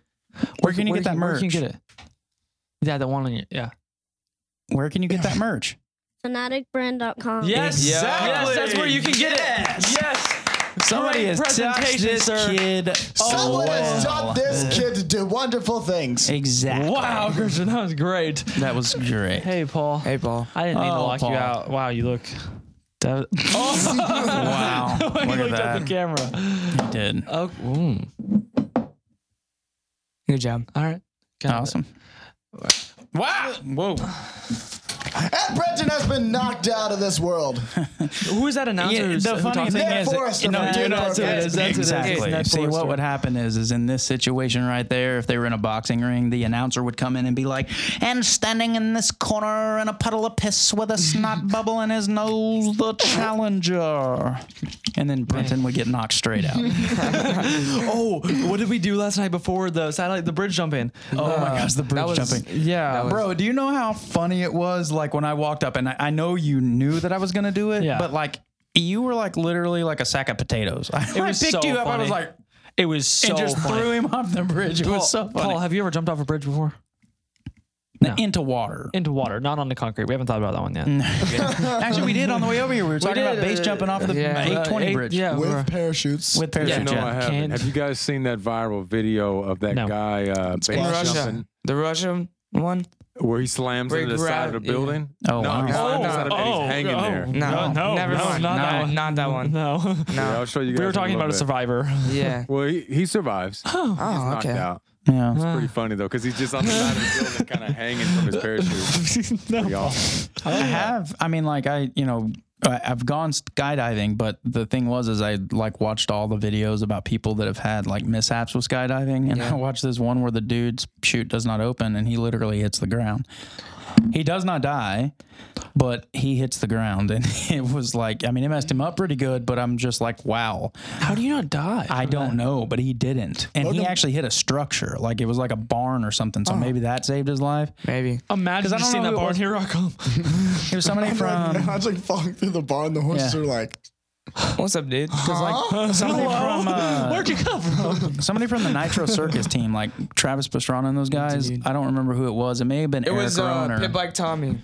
S2: Where can you get that
S3: Where can you
S2: merch?
S3: get it? Yeah, the one on your. Yeah.
S2: Where can you get that merch?
S6: Fanaticbrand.com.
S3: Yes, that's where you can get it. Yes.
S2: Somebody
S3: Great
S2: has touched
S3: presentation,
S2: this
S3: sir.
S2: kid.
S1: Someone has
S2: well.
S1: taught this kid to do wonderful things.
S2: Exactly.
S3: Wow, Christian, that was great.
S2: That was great.
S3: Hey, Paul.
S5: Hey, Paul.
S3: I didn't mean to
S2: Oh,
S3: lock
S2: Paul.
S3: you out. Wow, you look. That,
S2: Wow. Look
S3: when he
S2: at
S3: looked at the
S2: that.
S3: camera.
S2: He did.
S3: Oh, mm.
S5: Good job.
S3: all right. Got it.
S2: Awesome. Wow. Whoa.
S1: And Brenton has been knocked out of this world.
S3: Who is that announcer?
S2: Yeah,
S3: who's-
S2: the
S3: uh, who
S2: funny
S3: talks-
S2: thing
S1: Ned
S2: is,
S1: Forrester
S2: no,
S1: from
S2: no,
S1: Dude
S2: no,
S1: That's what it is,
S3: that's what it is.
S2: exactly.
S3: Ned
S2: See, what
S3: Forrester.
S2: would happen is, is in this situation right there, if they were in a boxing ring, the announcer would come in and be like, "And standing in this corner in a puddle of piss with a snot bubble in his nose, the challenger," and then Brenton would get knocked straight out.
S3: Oh, what did we do last night before the satellite, the bridge jump in? Oh my
S2: Gosh, the bridge
S5: That was
S2: jumping.
S3: Yeah.
S2: Bro, do you know how funny it was? Like when I walked up, and I, I know you knew that I was gonna do it,
S3: Yeah.
S2: but like you were like literally like a sack of potatoes. I, I
S3: was
S2: picked
S3: so
S2: you up. I was
S3: funny.
S2: like,
S3: It was so
S2: and just
S3: funny.
S2: threw him off the bridge. It
S3: Paul,
S2: was so funny.
S3: Paul, have you ever jumped off a bridge before? no.
S2: Into water.
S3: Into water, not onto concrete. We haven't thought about that one yet.
S2: Actually, we did on the way over here. We were talking
S3: did,
S2: about base
S3: uh,
S2: jumping off the
S5: yeah.
S2: 820 bridge
S3: Yeah.
S1: With
S3: we're-
S1: parachutes.
S2: with parachute.
S4: no,
S2: jet.
S4: I haven't.
S3: Can't-
S4: Have you guys seen that viral video of that
S3: No.
S4: guy uh, base
S5: In Russia.
S4: jumping
S5: The Russian one?
S4: where he slams
S5: Where he
S4: into the side
S5: grabbed-
S4: of the building?
S2: Oh,
S4: no,
S2: wow.
S4: he slams
S5: No,
S4: inside
S5: no.
S4: of it and he's hanging there.
S5: No, never mind.
S3: Not that
S5: No,
S3: one.
S5: Not that one.
S3: No.
S4: Yeah,
S5: No.
S4: I'll show you guys.
S3: we were
S4: in
S3: talking about a
S4: little bit.
S3: survivor.
S5: Yeah.
S4: Well, he, he survives.
S5: Oh,
S4: Knocked
S5: okay.
S4: out.
S2: Yeah.
S4: Pretty funny though, because he's just on the side of the building, kind of hanging from his parachute. Pretty awesome.
S2: I have. I mean, like I, you know, I- I've gone skydiving, but the thing was, is I like watched all the videos about people that have had like mishaps with skydiving, and I watched this one where the dude's chute does not open, and he literally hits the ground. He does not die, but he hits the ground, and it was like, I mean, it messed him up pretty good. But I'm just like, wow,
S3: How do you not die?
S2: I don't know, but he didn't, and he actually hit a structure, like it was like a barn or something. So maybe that saved his life.
S5: Maybe.
S3: Imagine
S2: I don't
S3: just seeing
S2: know
S3: that
S2: who it
S3: barn.
S2: was.
S3: Here I come.
S2: It was somebody from.
S1: I was like falling through the barn. The horses
S2: Yeah.
S1: are like,
S5: What's up, dude?
S1: huh?
S2: Somebody from uh,
S3: Where'd you come from?
S2: Somebody from the Nitro Circus team, like Travis Pastrana and those guys. I don't remember who it was. It may have been
S5: It
S2: Eric
S5: was uh,
S2: Rohner.
S5: Pit Bike Tommy,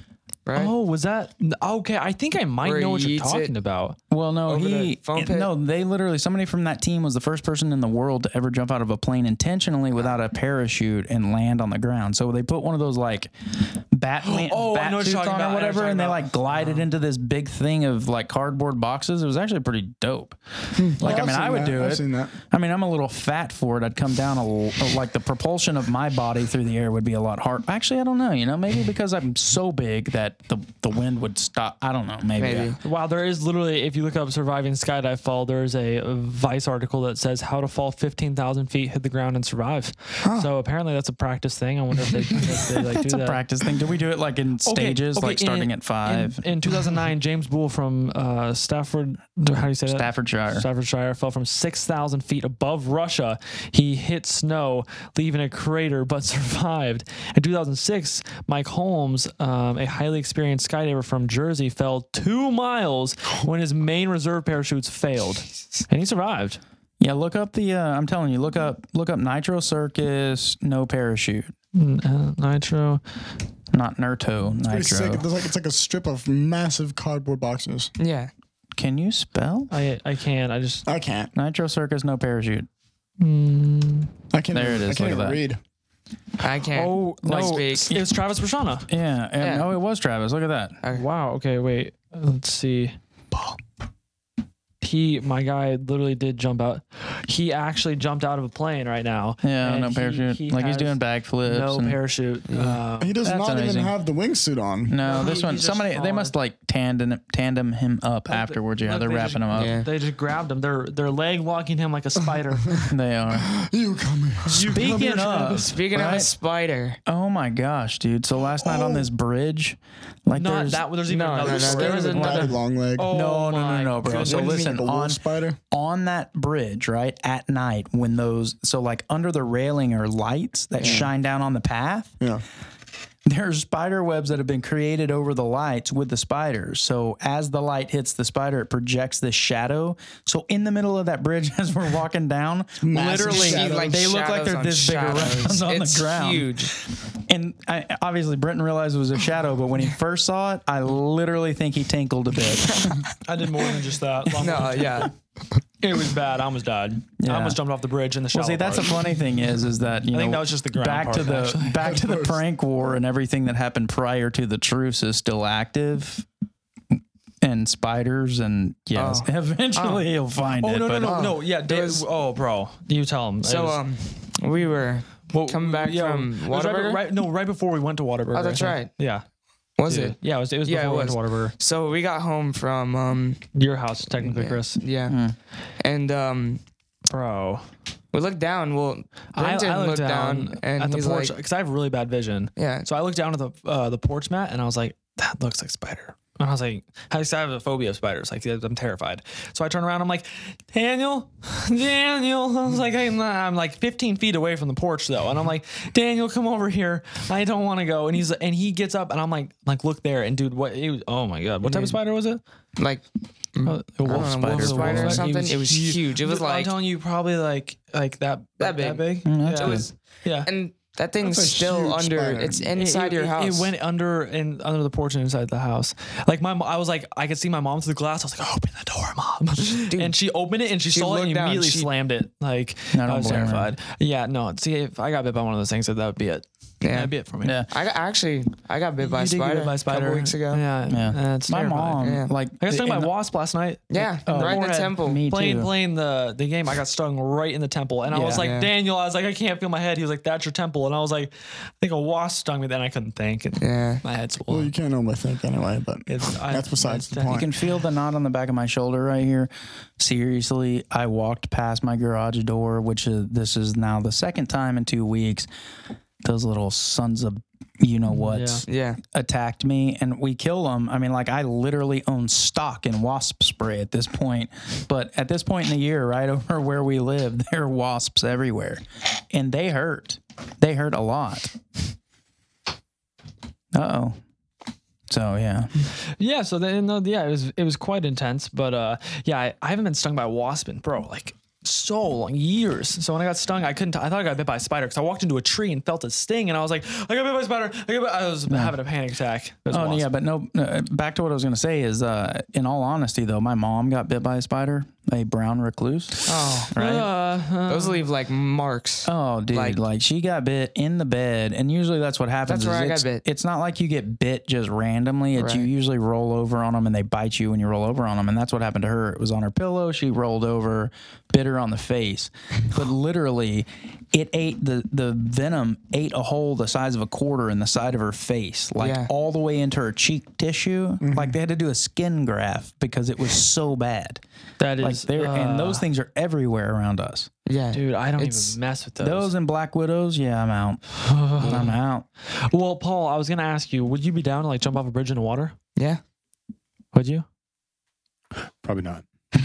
S5: right?
S3: Oh, was that okay? I think I might
S5: Where
S3: know
S5: he
S3: what you're
S5: eats it.
S3: talking about.
S2: well, no,
S5: over
S2: he
S5: the foam
S2: it-
S5: pit?
S2: no, they literally somebody from that team was the first person in the world to ever jump out of a plane intentionally without a parachute and land on the ground. So they put one of those like bat, wing-
S3: Oh, I
S2: bat
S3: know what
S2: suits
S3: you're
S2: on
S3: talking about. I know
S2: or
S3: what you're
S2: whatever,
S3: talking
S2: and they
S3: about. Uh-huh.
S2: like glided into this big thing of like cardboard boxes. It was actually pretty dope.
S3: Hmm.
S2: like I
S1: I've
S2: mean, I
S1: seen
S2: would
S1: that.
S2: do
S1: I've
S2: it.
S1: seen that.
S2: I mean, I'm a little fat for it. I'd come down a l- like the propulsion of my body through the air would be a lot hard. Actually, I don't know. You know, maybe because I'm so big that the the wind would stop. I don't know. Maybe.
S5: Maybe.
S3: Wow, there is literally, if you look up surviving skydive fall, there's a Vice article that says how to fall 15,000 feet, hit the ground, and survive. So apparently that's a practice thing. I wonder if they, if they like, do
S2: It's a
S3: that.
S2: practice thing. Do we do it like in
S3: Okay,
S2: stages,
S3: okay,
S2: like starting
S3: in-
S2: at five?
S3: In, in 2009, James Bull from uh, Stafford, how do you say that?
S2: Staffordshire.
S3: Staffordshire fell from 6,000 feet above Russia. He hit snow, leaving a crater, but survived. In 2006, Mike Holmes, um, a highly experienced skydiver from Jersey, fell two miles when his main reserve parachutes failed, and he survived.
S2: yeah, look up the. Uh, I'm telling you, look up look up Nitro Circus no parachute,
S3: Uh, nitro.
S2: not Nerto
S1: Pretty sick.
S2: Nitro.
S1: It's like, it's like a strip of massive cardboard boxes.
S5: Yeah.
S2: Can you spell?
S3: I I can't. I just.
S1: I can't.
S2: Nitro Circus no parachute.
S1: I can't.
S2: There it
S1: even-
S2: is.
S1: I can't
S2: Look
S1: even
S2: at
S1: read.
S5: I can't.
S3: Oh no!
S5: Like speak.
S3: It was Travis Pastrana.
S2: Yeah. and-
S5: Yeah.
S2: Oh, it was Travis. Look at that.
S3: Wow. Okay. Wait. Let's see. He, my guy, literally did jump out. He actually jumped out of a plane right now.
S2: Yeah,
S3: and
S2: no
S3: he-
S2: parachute.
S3: he
S2: like he's
S3: has
S2: doing backflips.
S3: No
S2: and-
S3: parachute. Uh,
S1: He does
S2: That's
S1: not
S2: amazing.
S1: even have the wingsuit on.
S2: No,
S3: No,
S2: this
S3: he-
S2: one.
S3: he just
S2: Somebody they
S3: fallen.
S2: must like tandem tandem him up afterwards. Yeah,
S3: look,
S2: they're
S3: they
S2: wrapping
S3: just-
S2: him up.
S5: yeah.
S3: they just grabbed him. They're they're leg walking him like a spider.
S2: They are.
S1: You come here.
S2: Speaking of,
S5: Speaking of a
S2: right?
S5: spider,
S2: oh my gosh, dude! So last night on this bridge, like
S3: Not
S2: there's
S3: that. There's even
S5: no,
S3: another.
S5: no, no,
S3: there was
S1: Daddy
S3: another.
S1: long leg.
S3: Oh
S2: no, no, no,
S3: my
S2: no, bro.
S3: goodness.
S2: So
S5: What do you mean
S2: listen,
S1: like a wolf
S2: on
S1: spider.
S2: on that bridge, right? At night when those so like under the railing are lights that shine down on the path.
S1: Yeah.
S2: There's spider webs that have been created over the lights with the spiders. So as the light hits the spider, it projects this shadow. So in the middle of that bridge, as we're walking down,
S1: Massive
S2: literally
S1: shadow.
S5: Like
S2: they look like
S5: shadows
S2: they're
S5: on
S2: this big
S5: shadows.
S2: around on
S5: it's
S2: the ground.
S5: Huge.
S2: And I, obviously, Brenton realized it was a shadow, but when he first saw it, I literally think he tinkled a bit.
S3: I did more than just that. Long
S5: No, yeah.
S3: It was bad. I almost died.
S2: Yeah.
S3: I almost jumped off the bridge in the shower.
S2: Well, see, that's the funny thing is, is that you know,
S3: I think that was just the ground
S2: back to
S3: part,
S2: the
S3: actually.
S2: back to the
S1: course.
S2: prank war and everything that happened prior to the truce is still active, and spiders and yes, eventually you'll find
S3: Oh
S2: it.
S3: no no
S2: but
S3: no no! Yeah, Dave, oh bro, you tell him.
S5: So um, we were coming back from
S3: it was right, be-
S5: Whataburger.
S3: right- no, right before we went to Waterburger.
S5: Oh, that's right.
S3: Yeah,
S5: was
S3: yeah,
S5: it?
S3: yeah. It was, it was
S5: Yeah,
S3: before
S5: it
S3: we went to Waterburger.
S5: So we got home from um,
S3: Your house, technically, Chris. Hmm.
S5: yeah, and um,
S3: Bro,
S5: we looked down. Well, Brenton looked down, and
S3: at the
S5: he's
S3: porch
S5: like,
S3: because I have really bad vision.
S5: yeah.
S3: So I looked down at the uh, the porch mat and I was like, that looks like spider. And I was like, I used to have a phobia of spiders. Like, I'm terrified. So I turn around. I'm like, Daniel, Daniel. I was like, I'm, not- I'm like 15 feet away from the porch though, and I'm like, Daniel, come over here. I don't want to go. And he's and he gets up, and I'm like, like look there. And dude, what? It was, oh my god, what type of spider was it?
S5: like
S3: A Uh, wolf
S5: wolf Mm-hmm. spider, wolf spider or something. It was huge. It was
S3: I'm
S5: like-
S3: telling you, probably like like that
S5: That
S3: That big.
S2: Mm, that's
S3: yeah.
S2: good.
S3: yeah.
S5: and that
S1: That's a
S5: thing's still
S1: huge
S5: under
S1: spider.
S5: it's
S3: It-
S5: inside
S3: it-
S5: your
S3: it-
S5: house
S3: It went under and under the porch and inside the house. Like my, mo- I was like, I could see my mom through the glass. I was like, open the door, mom. and she opened it and she, saw it and
S5: looked down,
S3: immediately
S5: she-
S3: slammed it. Like
S2: No, I
S3: I,
S2: don't
S3: was
S2: blame her.
S3: terrified. Yeah, no. See, if I got bit by one of those things, that would be it.
S5: Yeah.
S3: that'd be it for me.
S2: Yeah.
S5: i got, actually i got bit by, a
S3: You did get
S5: spider
S3: bit by a
S5: a
S3: spider
S5: couple weeks ago yeah,
S3: Yeah,
S2: Yeah.
S3: that's
S2: my
S3: Uh, terrifying.
S2: mom
S5: Yeah.
S2: like
S3: I got stung by
S2: in
S3: a
S2: the-
S3: wasp last night.
S2: Oh,
S5: right in the
S3: forehead.
S5: temple
S2: Me
S3: playing
S2: too.
S3: playing the the game, I got stung right in the temple, and I was
S2: Yeah.
S3: like,
S5: Yeah.
S3: Daniel, I was like, I can't feel my head. He was like, that's your temple, and I was like, I think a wasp stung me. Then I couldn't think, and
S5: yeah
S3: my head swollen.
S1: Well, you can't normally think anyway, but
S3: It's- I-
S1: that's besides the
S3: it's-
S1: point.
S2: You can feel the knot on the back of my shoulder right here. Seriously, I walked past my garage door, which is, this is now the second time in two weeks. Those little sons of you know what's
S5: yeah
S2: attacked me and we kill them. I mean, like I literally own stock in wasp spray at this point. But at this point in the year, right over where we live, there are wasps everywhere. And they hurt. They hurt a lot. Uh oh. So yeah.
S3: Yeah, so then no, yeah, it was it was quite intense, but uh, yeah, I, I haven't been stung by a wasp in bro like so long years. So when I got stung, I couldn't. I thought I got bit by a spider because I walked into a tree and felt a sting, and I was like, I got bit by a spider. I, got bit. I was having a panic attack. It was a
S2: Oh
S3: wasp.
S2: yeah, but no. Uh, back to what I was gonna say is, uh, in all honesty, though, my mom got bit by a spider, a brown recluse.
S5: oh
S2: Right?
S3: Uh, uh,
S5: those leave like marks
S2: oh, dude, like,
S5: like-
S2: she got bit in the bed, and usually that's what happens.
S5: That's where
S2: is
S5: I got
S2: it's,
S5: bit.
S2: It's not like you get bit just randomly. It's you
S5: Right.
S2: usually roll over on them, and they bite you when you roll over on them, and that's what happened to her. It was on her pillow. She rolled over, bit her on the face, but literally, it ate the the venom ate a hole the size of a quarter in the side of her face, like
S5: Yeah. Mm-hmm.
S2: all the way into her cheek tissue. Like they had to do a skin graft because it was so bad.
S3: that
S2: Like
S3: is
S2: there, and
S3: uh,
S2: those things are everywhere around us.
S5: yeah
S3: Dude, I don't
S5: It's-
S3: even mess with those.
S2: Those and Black Widows, yeah, I'm out. I'm out.
S3: Well, Paul, I was gonna ask you, would you be down to like jump off a bridge into water?
S5: yeah
S3: Would you?
S4: Probably not.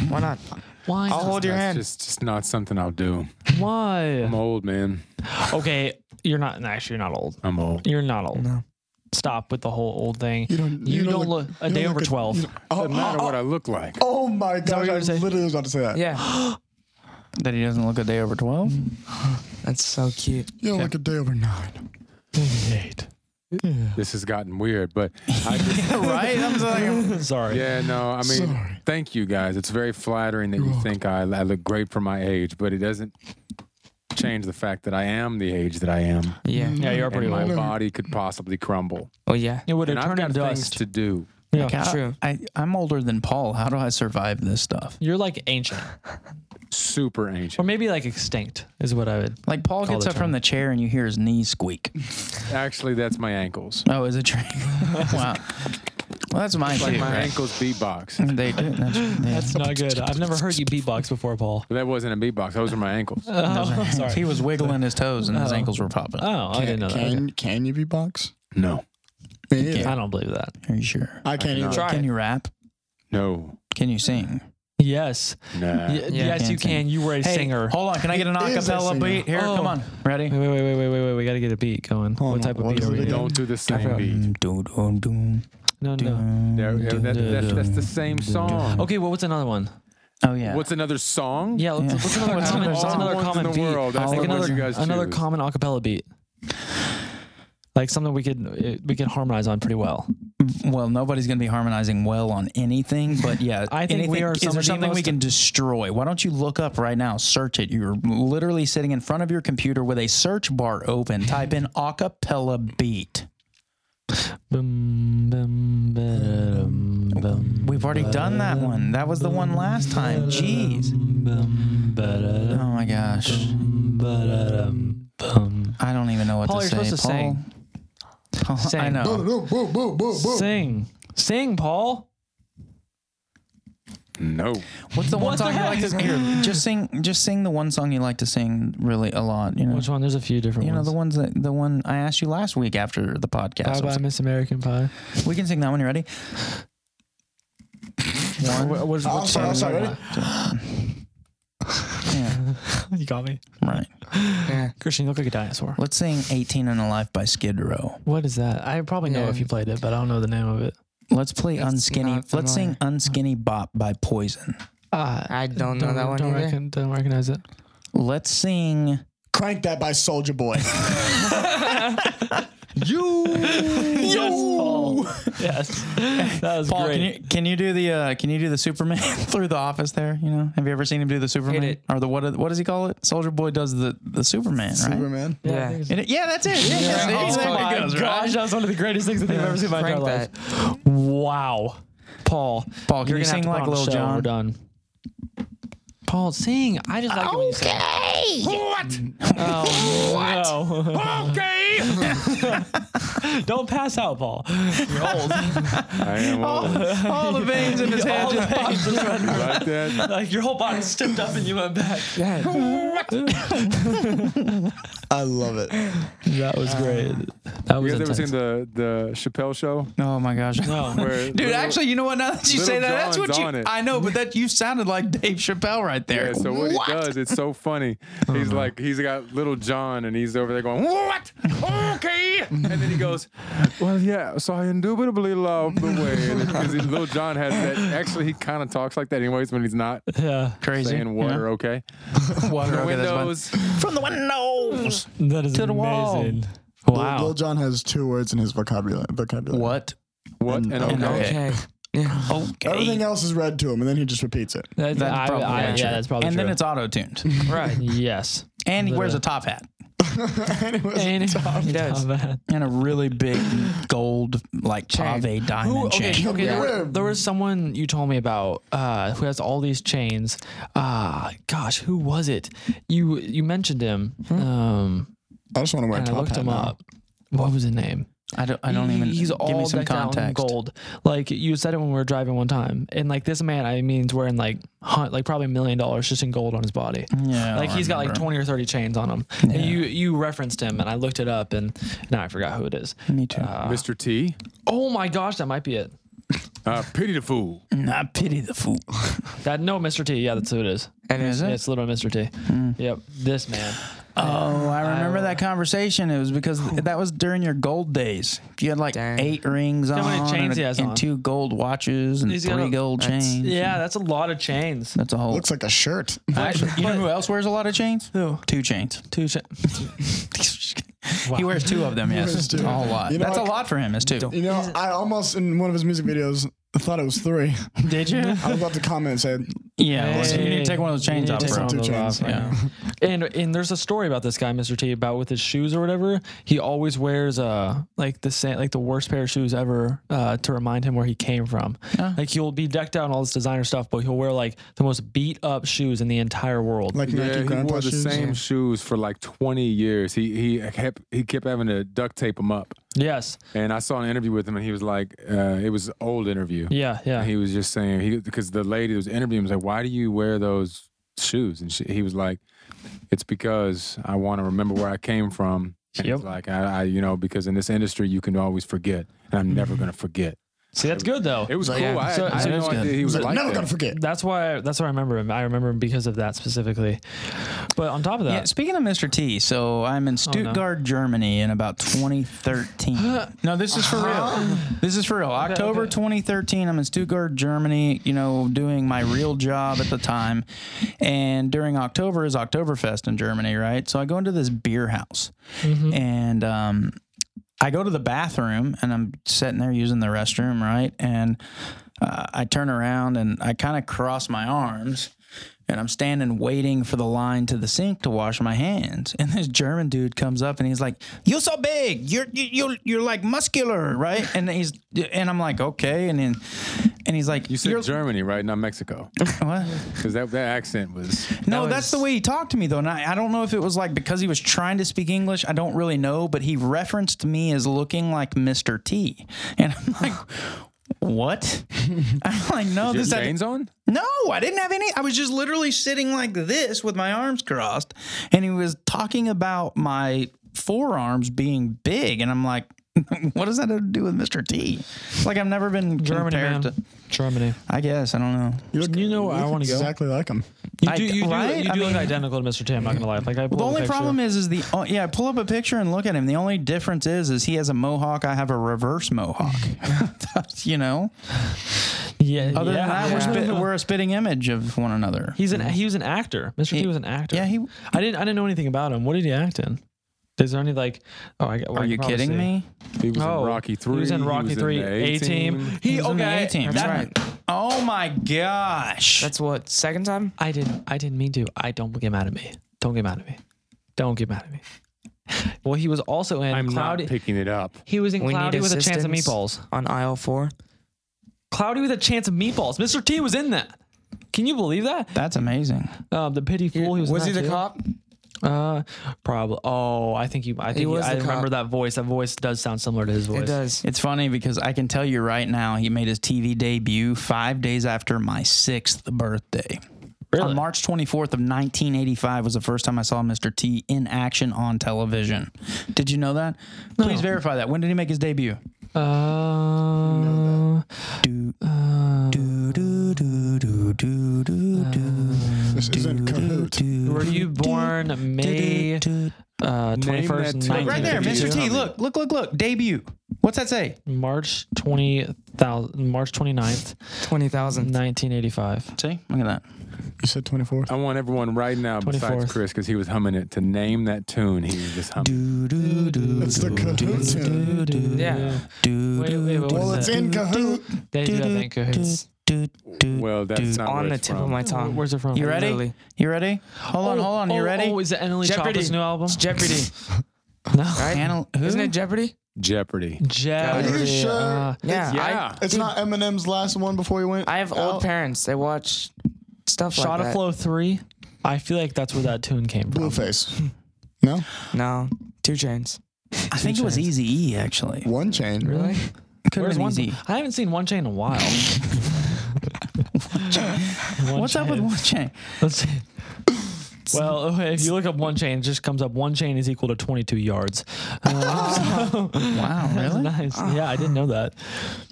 S5: why not
S3: Why?
S5: i'll hold your
S4: That's
S5: hand
S4: just just not something I'll do.
S3: Why?
S4: I'm old, man.
S3: Okay, you're not. no, Actually, you're not old.
S4: I'm old.
S3: You're not old.
S5: No.
S3: Stop with the whole old thing.
S1: You don't-
S3: You,
S1: you don't
S3: don't look,
S1: look-
S3: a
S1: you
S3: day
S1: don't
S3: over
S1: look at-
S3: twelve.
S1: oh,
S4: Doesn't matter what I look like.
S1: oh my
S3: what
S1: gosh!
S3: you were
S1: I
S3: gonna say?
S1: literally was about to say that.
S5: yeah
S2: That he doesn't look a day over 12?
S3: Mm,
S5: that's so cute
S1: You don't look a day over nine.
S4: This has gotten weird, but I just,
S2: right? I'm like,
S3: Sorry.
S4: yeah, no. I mean,
S1: Sorry.
S4: thank you guys. It's very flattering that you think I, I look great for my age, but it doesn't change the fact that I am the age that I am.
S5: yeah
S3: Yeah, you're pretty
S4: and my
S3: old.
S4: body could possibly crumble.
S5: oh yeah
S3: It would
S4: and
S3: have
S4: I've
S3: turned
S4: got
S3: into
S4: things
S3: dust.
S4: to do.
S3: yeah.
S2: I,
S5: True.
S2: I, I'm older than Paul. How do I survive this stuff?
S3: You're like ancient,
S4: Super
S3: or
S4: ancient.
S3: maybe like extinct is what I would.
S2: Like, Paul
S3: Call
S2: gets
S3: the
S2: up from
S3: turn.
S2: the chair and you hear his knees squeak.
S4: Actually, that's my ankles.
S2: Oh, is it true? wow. Well, that's my
S4: Like
S2: too,
S4: my
S2: right?
S4: ankles beatbox.
S2: They do. That's, yeah.
S3: That's not good. I've never heard you beatbox before, Paul.
S4: But that wasn't a beatbox. Those are my ankles.
S3: Oh, sorry.
S2: He was wiggling his toes and his ankles were popping.
S4: Uh,
S3: Oh, I didn't know that.
S1: Can can you be box?
S4: No,
S1: Me either.
S3: I don't believe that.
S2: Are you sure?
S1: I can't even
S5: Try
S2: Can
S5: it.
S2: you rap?
S4: no.
S2: Can you sing?
S3: Yes.
S4: Nah.
S3: Y- yes, you
S2: Dancing.
S3: can. You were a
S2: Hey,
S3: singer.
S2: hold on. Can I get an
S1: It is a
S2: acapella
S1: singer.
S2: beat here?
S3: Oh.
S2: Come on, ready?
S3: Wait, wait, wait, wait, wait, wait, wait. We got to get a beat going.
S1: Hold
S3: what
S1: on,
S3: type of
S1: what
S3: beat
S1: is it
S3: are we
S1: again?
S3: doing?
S4: Don't do the same
S3: forgot.
S4: beat.
S3: No, no.
S4: There- that- that- that's, that's the same song.
S3: Okay, well, what's another one?
S2: Oh yeah.
S4: What's another song?
S3: Yeah, let's, what's another
S2: What's
S3: common,
S2: another
S3: what's
S2: song?
S3: another
S4: All the ones in
S3: common
S4: the
S3: beat?
S4: world. That's
S3: like
S4: the ones
S3: another,
S4: you guys
S3: another
S4: choose.
S3: common acapella beat. Like something we could uh, we could harmonize on pretty well.
S2: well, nobody's gonna be harmonizing well on anything, but yeah,
S3: I think
S2: anything,
S3: we are
S2: Is there
S3: somebody
S2: something we
S3: must-
S2: can destroy? Why don't you look up right now? Search it. You're literally sitting in front of your computer with a search bar open. Type in acapella beat.
S3: Bum, bum, ba-dum, bum,
S2: We've already done that one. That was the one last time. Jeez.
S3: bum,
S2: Oh
S3: ba-da-dum,
S2: my gosh.
S3: ba-da-dum, bum.
S2: I don't even know what
S3: Paul,
S2: to
S3: you're
S2: say.
S3: supposed to
S2: Paul.
S3: sing.
S2: Paul, I
S3: Sing.
S2: know.
S1: Boo, boo, boo, boo, boo.
S3: Sing, sing, Paul.
S4: No.
S2: What's the one
S3: What the
S2: song you like to
S3: heck?
S2: sing? Just sing. Just sing the one song you like to sing really a lot. You know.
S3: Which one? There's a few different
S2: You know
S3: ones.
S2: the ones that the one I asked you last week after the podcast. I
S3: Bye
S2: was
S3: bye,
S2: like,
S3: Miss American Pie.
S2: We can sing that one. You ready?
S3: What, what, what
S1: I'll start, I'll start. Ready?
S2: Yeah.
S3: you got me,
S2: Right.
S5: Yeah.
S3: Christian. You look like a dinosaur.
S2: Let's sing 18 and Alive by Skid Row.
S3: What is that? I probably know
S5: Yeah.
S3: if you played it, but I don't know the name of it.
S2: Let's play
S5: That's
S2: Unskinny.
S5: not
S2: Let's sing Unskinny Bop by Poison.
S3: Uh,
S5: I don't know that one
S3: Don't,
S5: either.
S3: recon- don't recognize it.
S2: Let's sing.
S1: Crank that by Soldier Boy.
S3: Yes, Paul. Yes, that was
S2: Paul,
S3: great.
S2: can you can you do the uh, can you do the Superman through the office there? You know, have you ever seen him do the Superman
S5: it.
S2: or the what? What does he call it? Soldier Boy does the the Superman, right?
S1: Superman.
S5: Yeah.
S3: I think
S2: And it- yeah, that's it. Yeah,
S5: Yeah.
S2: there-
S5: Oh
S2: there it
S3: my
S2: goes, right?
S3: gosh, that was one of the greatest things that they've ever seen in my entire life.
S5: Crank that.
S3: Wow, Paul.
S2: Paul, can
S3: you're
S2: you
S3: gonna have
S2: sing
S3: to put
S2: like
S3: on a
S2: Lil
S3: show when
S2: Jon?
S3: We're done. Paul, sing. I just like it when you sing.
S4: What?
S3: Oh, no.
S4: Okay.
S3: Don't pass out, Paul.
S4: I am
S3: Oh.
S4: old.
S2: All the veins in his head.
S3: All the
S2: just-
S3: bones just went-
S4: Like that.
S3: like your whole body stepped up and you went back.
S5: Yeah.
S1: I love it.
S3: That was great. That
S4: You
S3: was
S4: guys ever seen
S3: intense.
S4: the the Chappelle show?
S2: oh my gosh.
S3: No.
S4: Where
S2: Dude, actually, you know what? Now that you
S4: Little
S2: say that, that's
S4: John's
S2: what you.
S4: on it.
S2: I know, but that you sounded like Dave Chappelle right there.
S4: Yeah, so what, he does, it's so funny.
S2: Oh,
S4: He's like, he's got little John, and he's over there going, "What? Okay." And then he goes, "Well, yeah." So I indubitably love the way because little John has that. Actually, he kind of talks like that, anyways, when he's not
S3: Yeah.
S2: Crazy.
S4: saying
S2: you
S4: "what"
S2: know?
S4: or "okay."
S2: What?
S4: The
S2: Okay, that's fine.
S4: windows.
S2: From the windows.
S3: That is
S2: To the wall.
S3: amazing.
S1: Wow. Lil
S3: Wow.
S1: John has two words in his vocabulary. vocabulary.
S2: What?
S4: What? And uh,
S1: And
S4: okay.
S2: okay.
S5: Okay. Yeah.
S2: Okay.
S1: Everything else is read to him, and then he just repeats it.
S3: That's,
S2: That's
S3: I-
S2: probably
S3: I-
S2: true.
S3: yeah, that's probably
S2: And
S3: true.
S2: then it's auto tuned.
S5: Right.
S3: yes.
S2: and he wears a top hat
S1: Anyways,
S3: And
S5: He does.
S2: and a really big gold like pave diamond
S3: Who, okay,
S2: chain.
S3: okay. There,
S1: Yeah.
S3: were- there was someone you told me about uh, who has all these chains. Ah, gosh, who was it? You you mentioned him,
S2: Hmm?
S3: um,
S1: I just want to wear a
S3: and I
S1: top
S3: looked
S1: hat
S3: him
S1: now.
S3: up. What was his name?
S2: I don't. I don't
S3: He-
S2: even.
S3: He's all
S2: give me some
S3: decked out in
S2: context.
S3: gold. Like you said it when we were driving one time, and like this man, I mean, he's wearing like hunt, like probably a million dollars just in gold on his body.
S2: Mm, Yeah. I
S3: Like he's got like
S2: remember.
S3: 20 or 30 chains on him. And you you referenced him and I looked it up and now I forgot who it is.
S2: Me too.
S4: Mr. T.
S3: Oh my gosh, that might be it.
S4: Uh, pity the fool.
S2: I pity the fool.
S3: That no Mr. T. Yeah, that's who it is.
S5: And
S2: Is
S3: Yeah,
S2: it?
S3: it's little Mr. T.
S2: Hmm.
S3: Yep, this man.
S2: Oh, I remember that conversation. It was because that was during your gold days. You had like
S5: Dang.
S2: eight rings on,
S3: how many chains
S2: and,
S3: he has
S2: and
S3: on?
S2: two gold watches and
S3: He's got
S2: three
S3: a-
S2: gold
S5: that's-
S2: chains.
S3: Yeah, that's a lot of chains.
S2: That's a whole.
S1: Looks like a shirt.
S2: Actually, you know who else wears a lot of chains?
S3: Who?
S2: Two chains.
S3: Two chains.
S2: He wears two of them. Yes,
S1: wears two.
S2: a whole lot.
S1: You know
S2: that's a
S1: what?
S2: lot for him. Is two.
S1: You know, I almost in one of his music videos thought it was three.
S2: Did you?
S1: I was about to comment and say,
S2: Yeah, well, you need to take one of those chains
S3: You
S2: off,
S3: need to take
S2: bro.
S3: one of
S1: Two
S3: those
S1: chains.
S3: off, yeah. And and there's a story about this guy, Mr. T, about with his shoes or whatever. He always wears uh like the same like the worst pair of shoes ever uh to remind him where he came from. Like he'll be decked out in all this designer stuff, but he'll wear like the most beat up shoes in the entire world.
S1: like
S4: Yeah,
S1: Nike
S4: he
S1: grandpa
S4: wore the
S1: shoes.
S4: same shoes for like 20 years. He he kept he kept having to duct tape them up.
S3: yes.
S4: And I saw an interview with him, and he was like, uh, it was an old interview.
S3: Yeah, yeah.
S4: And he was just saying he because the lady that was interviewing him was like, "Why do you wear those shoes?" And she, he was like, "It's because I want to remember where I came from." And he's
S3: Yep.
S4: Like I, I, you know, because in this industry you can always forget, and I'm never gonna forget.
S3: See, that's good though.
S4: It was
S1: Like,
S4: cool.
S1: yeah.
S4: I had,
S3: So-
S4: I had
S3: so it
S4: no
S2: was good.
S4: idea he was
S1: Like,
S4: like
S1: never
S4: that.
S1: gonna forget.
S3: That's why. That's why I remember him. I remember him because of that specifically. But on top of
S2: Yeah,
S3: that,
S2: speaking of Mr. T, so I'm in Stuttgart, Germany in about 2013. no, this is for real. This is for real. October
S3: okay.
S2: 2013, I'm in Stuttgart, Germany, you know, doing my real job at the time. And during October is Oktoberfest in Germany, right? So I go into this beer house and um, I go to the bathroom and I'm sitting there using the restroom, right? And uh, I turn around and I kind of cross my arms and I'm standing waiting for the line to the sink to wash my hands. And this German dude comes up and he's like, "You're so big. You're you you're, you're like muscular, right?" And he's and I'm like, "Okay." And then and he's like,
S4: You said
S2: are
S4: Germany, right? Not Mexico. Because that, that accent was.
S2: No,
S5: That
S2: that's
S5: was-
S2: the way he talked to me though. And I, I don't know if it was like because he was trying to speak English. I don't really know, but he referenced me as looking like Mr. T. And I'm like, what? I'm like, no,
S4: Your
S2: this had-
S4: chains on?
S2: No, I didn't have any. I was just literally sitting like this with my arms crossed. And he was talking about my forearms being big. And I'm like, what does that have to do with Mr. T? Like, I've never been
S3: Germany,
S2: compared
S3: man.
S2: to.
S3: Germany.
S2: I guess. I don't know.
S3: You know where I want to go.
S1: Exactly like him.
S3: You
S2: I-
S3: do. You do,
S2: right?
S3: you
S2: I
S3: do look
S2: mean-
S3: identical to Mr. T. I'm not gonna lie. Like I.
S2: The only problem is, is the oh, yeah. Pull up a picture and look at him. The only difference is, is he has a mohawk. I have a reverse mohawk. you know.
S3: Yeah.
S2: Other
S3: yeah,
S2: than that,
S3: yeah.
S2: We're, spit, we're a spitting image of one another.
S3: He's an he was an actor. Mr. T
S2: He-
S3: was an actor.
S2: yeah, he-
S3: I didn't I didn't know anything about him. What did he act in? Is there any like? Oh, I, well, I
S2: Are
S3: can
S2: you
S3: probably
S2: kidding
S3: see.
S2: me?
S4: He was
S3: Oh,
S4: in Rocky Three.
S3: He was in Rocky Three, A Team. He
S2: He was in the
S3: okay.
S2: A-Team.
S3: that-
S5: That's right.
S2: Oh my gosh!
S5: That's what second time.
S3: I didn't I didn't mean to. I don't get mad at me. Don't get mad at me. Don't get mad at me. Well, he was also in
S4: I'm
S3: Cloudy.
S4: not picking it up.
S3: he was in
S5: We
S3: Cloudy
S5: need
S3: with a Chance of
S5: assistance.
S3: Meatballs.
S5: on aisle four.
S3: Cloudy with a Chance of Meatballs. Mr. T was in that. Can you believe that?
S2: That's amazing.
S3: Um, the pity fool. He was. in
S5: he
S3: that
S5: the
S3: too.
S5: cop?
S3: Uh, probably. Oh, I think you. I think you-
S5: was
S3: I
S5: the
S3: remember
S5: cop.
S3: that voice. That voice does sound similar to his voice.
S5: It does.
S2: It's funny because I can tell you right now, he made his TV debut five days after my sixth birthday. On March 24th of 1985 was the first time I saw Mr. T in action on television. Did you know that? Please verify that. When did he make his debut?
S3: Uh,
S1: This isn't Kahoot.
S3: uh, were you born May uh, twenty first,
S4: that tune.
S2: Right there, Mr. T. Look, look, look, look. Debut. What's that say?
S3: March twenty thousand, March 29th,
S5: Twenty thousand.
S3: nineteen eighty five.
S2: See? Look at that.
S1: You said 24.
S4: I want everyone right now, besides
S3: 24th.
S4: Chris, because he was humming it, to name that tune he was just
S3: Um,
S4: humming.
S1: It's the Kahoot tune.
S5: Yeah.
S3: Wait, wait, what
S1: Well,
S3: was
S1: it's
S3: that?
S1: in Kahoot.
S3: They do that in cahoots.
S4: Well, that's not
S5: On
S4: where
S5: the
S4: it's
S5: tip
S4: from.
S5: of my tongue.
S3: Where's it from?
S2: Oh, You ready?
S5: Literally.
S2: You ready? Hold on, hold on. You
S3: oh,
S2: ready?
S3: Oh, is it Emily
S5: Jeopardy.
S3: Chabot's new album?
S5: It's Jeopardy,
S3: No,
S5: right?
S2: Anal- who?
S5: Isn't it Jeopardy?
S4: Jeopardy.
S3: Jeopardy.
S1: Are you sure?
S3: uh,
S5: Yeah.
S4: Yeah.
S1: It's not Eminem's last one before he went.
S5: I, I have
S1: out.
S5: old parents. They watch stuff
S3: Shot
S5: like
S3: of
S5: that.
S3: Flow three. I feel like that's where that tune came from.
S1: Blueface. No,
S5: No, two chains.
S2: I think it was Easy E actually.
S1: One Chain.
S5: Really?
S2: Could have
S3: Where's
S2: been
S3: one?
S2: Easy.
S3: I haven't seen One Chain in a while. One
S2: What's up
S3: Chain.
S2: with one chain?
S3: Let's see. Well, okay, if you look up one chain, it just comes up one chain is equal to 22 yards. Uh,
S2: Wow,
S3: that's
S2: really? Ah.
S3: nice. Yeah, I didn't know that.